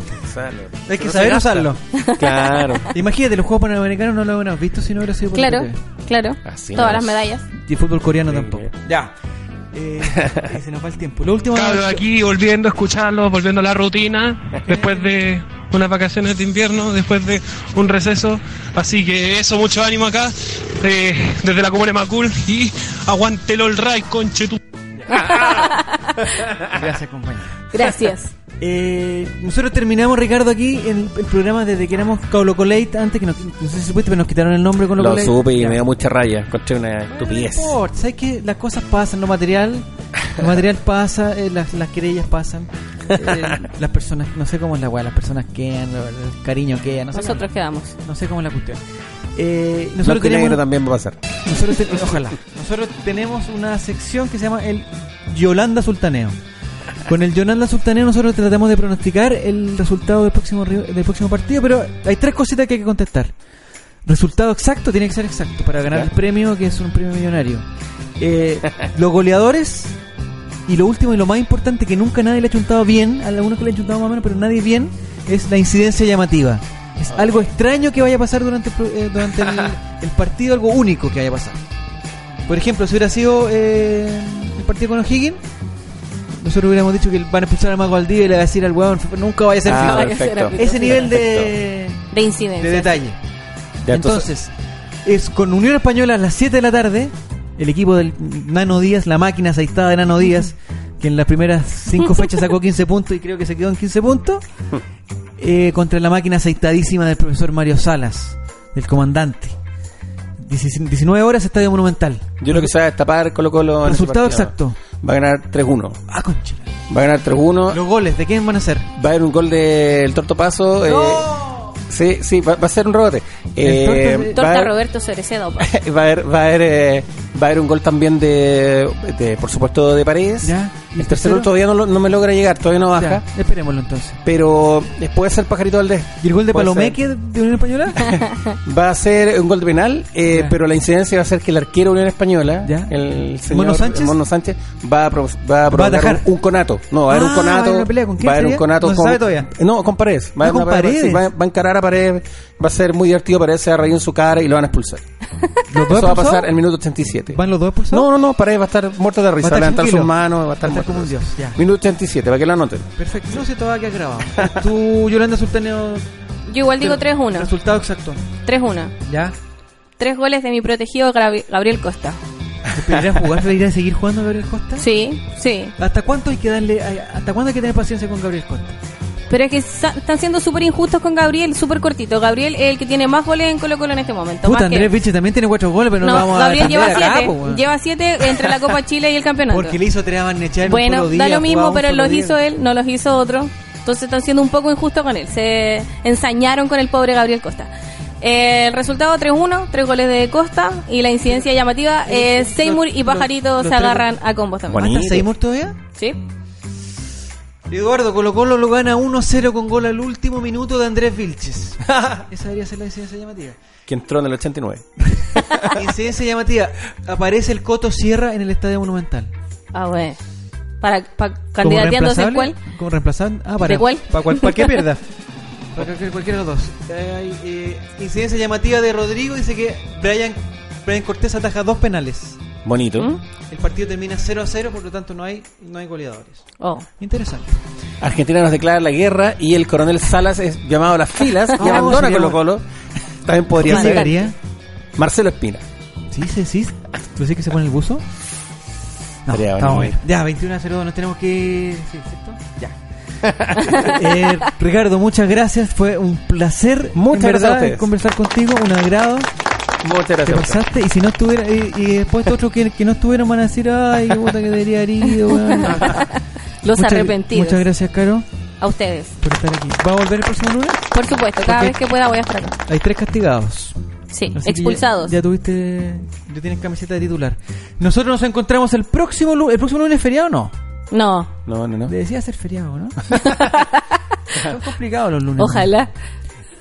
Hay que No se saber gasta. usarlo. Claro. Imagínate, los Juegos Panamericanos no lo hubiéramos visto si no hubiera sido por Claro, IPTV. claro. Así Todas es. las medallas. Y el fútbol coreano Sí, tampoco. mira. Ya. Eh, se nos va el tiempo. Lo último. Cabros, aquí volviendo a escucharlos, volviendo a la rutina, después de unas vacaciones de invierno, después de un receso. Así que eso, mucho ánimo acá, eh, desde la comuna de Macul y aguántelo el ray, conche tu- Gracias, compañero. Gracias. Eh, nosotros terminamos, Ricardo, aquí el, el programa desde que éramos Colocolate. Antes que nos, no sé si supiste, pero nos quitaron el Oh, nombre Lo Colocolate. supe y me dio mucha raya. Encontré una estupidez. No importa, ¿sabes que Las cosas pasan, lo material, lo material pasa, eh, las, las querellas pasan, eh, las personas, no sé cómo es la weá, las personas quedan, lo- el cariño queda, no sé, cómo, Nosotros quedamos. no sé cómo es la cuestión. Eh, nosotros Blanco y negro tenemos, también va a pasar. nosotros te- ojalá, nosotros tenemos una sección que se llama el Yolanda Sultaneo. Con el Yolanda Sultaneo nosotros tratamos de pronosticar el resultado del próximo ri- del próximo partido, pero hay tres cositas que hay que contestar. Resultado exacto tiene que ser exacto para ganar Ya. el premio, que es un premio millonario. Eh, los goleadores y lo último y lo más importante que nunca nadie le ha chuntado bien, a algunos que le han chuntado más o menos, pero nadie bien, es la incidencia llamativa. Es algo extraño que vaya a pasar durante el, pro- eh, durante el, el partido, algo único que vaya a pasar. Por ejemplo, si hubiera sido eh, el partido con O'Higgins, nosotros hubiéramos dicho que van a expulsar a Mago Aldivia y le va a decir al huevón, nunca vaya a ser Ah, FIFA. que ser perfecto. árbitro. Ese nivel de, De de incidencia. detalle. Ya, Entonces, es con Unión Española a las 7 de la tarde, el equipo del Nano Díaz, la máquina azaistada de Nano Díaz, que en las primeras 5 fechas sacó 15 puntos y creo que se quedó en 15 puntos, eh, contra la máquina aceitadísima del profesor Mario Salas, del comandante. 19 19 horas, Estadio Monumental. Yo lo que sé es tapar Colo Colo. en ese Resultado partido. exacto. Va a ganar 3-1. Ah, concha. Va a ganar 3-1. Los goles, ¿de quién van a ser? Va a haber un gol del Torto Paso. eh, sí, sí, va, va a ser un rebote. Eh, Torto- va a Torta haber- Roberto pues. Cerecedo. pa. va a haber, va a haber, eh, va a haber un gol también de, de, por supuesto, de Paredes. Ya. ¿Y El el tercero tercero? todavía no, lo- no me logra llegar, todavía no baja. Ya, esperémoslo entonces. Pero eh, puede ser Pajarito Valdés. ¿Y el gol de Puede Palomeque de Unión Española? ser. Va a ser un gol de penal, eh, Ya. pero la incidencia va a ser que el arquero Unión Española, Ya. el señor ¿Mono Sánchez? Mono Sánchez, va a, pro- va a provocar atajar? un, un conato. No, va a haber un Ah, conato. va a haber una pelea, ¿con quién va a haber un sería? conato No se con, sabe todavía. No, con Paredes. Va, a Ah, haber con una pelea- sí, Paredes. va a- va a encarar a Paredes. Va a ser muy divertido. Paredes se va a reír en su cara y lo van a expulsar. ¿Los dos Eso va a expulsados? pasar en minuto 87. ¿Van los dos expulsados? No, no, no, Paredes va a estar muerto de risa. Va Va a a estar levantar sus tranquilo. manos, va Va a a estar, estar muerto como un de risa. dios, ya. Minuto 87, para que lo anoten. Perfecto, no se todavía queda grabado. Tú, Yolanda Sultaneo. Yo igual digo 3-1. Resultado exacto. 3-1. Ya. Tres goles de mi protegido Gabri- Gabriel Costa. ¿Irá a jugar? ¿Irá a seguir jugando Gabriel Costa? Sí, sí. ¿Hasta cuánto hay que darle, hay- hasta cuándo hay que tener paciencia con Gabriel Costa? Pero es que sa- están siendo súper injustos con Gabriel, súper cortito. Gabriel es el que tiene más goles en Colo Colo en este momento. Puta, más que- Andrés Biche también tiene cuatro goles, pero no, No, lo vamos Gabriel a lleva defender siete. acá, po, weón. lleva siete entre la Copa Chile y el campeonato. Porque le hizo tres a Barnechea en un Bueno, solo día, da lo jugaba mismo, un pero solo los día. hizo él, no los hizo otro. Entonces están siendo un poco injustos con él. Se ensañaron con el pobre Gabriel Costa. Eh, el resultado 3-1, tres goles de Costa y la incidencia llamativa. eh, Seymour y los- Pajarito los se tres- agarran a combos también. Bonito. ¿Hasta Seymour todavía? ¿Sí? Eduardo, Colo Colo lo gana 1-0 con gol al último minuto de Andrés Vilches. Esa debería ser la incidencia llamativa. Que entró en el 89. incidencia llamativa. Aparece el Coto Sierra en el Estadio Monumental. Ah, bueno. Para, para ¿Como candidateándose reemplazable? cuál. ¿Como reemplazable? Ah, para, ¿De cuál? para cual- cualquier pierda. para cualquier- cualquiera de los dos. Eh, hay, eh, incidencia llamativa de Rodrigo dice que Brian, Brian Cortés ataja dos penales. Bonito. ¿Mm? El partido termina 0 a 0, por lo tanto no hay, no hay goleadores. Oh. Interesante. Argentina nos declara la guerra y el coronel Salas es llamado a las filas y No, abandona sería Colo Colo. También podría ¿Quién ser llegaría? Marcelo Espina. Sí, sí, sí. ¿Tú decís que se pone el buzo? No, Estaría estamos bueno. bien. Ya, 21 a 0, nos tenemos que... Sí, ¿cierto? Ya. Eh, Ricardo, muchas gracias. Fue un placer Muchas en verdad, gracias a ustedes. conversar contigo. Un agrado. Muchas Te gracias. Oscar. pasaste y si no estuviera y, y después otros que, que no estuvieron van a decir, ay, qué puta que debería haber ido. weón". Los Muchas- arrepentidos. Muchas gracias, Caro, A ustedes. por estar aquí. ¿Va a volver el próximo lunes? Por supuesto, cada Ok. vez que pueda voy a estar acá. Hay tres castigados. Sí, Así que expulsados. Ya, ya tuviste, ya tienes camiseta de titular. Nosotros nos encontramos el próximo lunes. ¿El próximo lunes es feriado o no? No, No, no, no. Decía ser feriado, ¿no? Son complicados los lunes. ¿no? ojalá.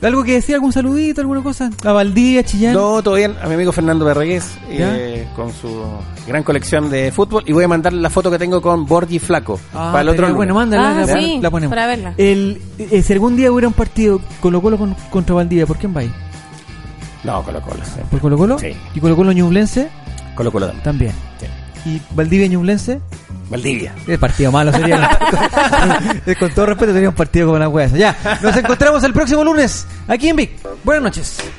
¿Algo que decir? ¿Algún saludito? ¿Alguna cosa? A Valdivia, Chillán. No, todo bien. A mi amigo Fernando Berregués eh, con su gran colección de fútbol. Y voy a mandarle la foto que tengo con Borgi Flaco. Ah, para el otro pero lunes. Bueno, mándala, Ah, la, sí, la ponemos. para verla. El, eh, si algún día hubiera un partido Colo Colo con, contra Valdivia, ¿por quién va ahí? No, Colo Colo. sí. ¿Por Colo Colo? Sí. ¿Y Colo Colo Ñublense? Colo Colo también. También. Sí. ¿Y Valdivia Ñublense? Valdivia. El partido malo sería. Eh, con todo respeto, sería un partido como una hueá. Ya, nos encontramos el próximo lunes aquí en Vic. Buenas noches.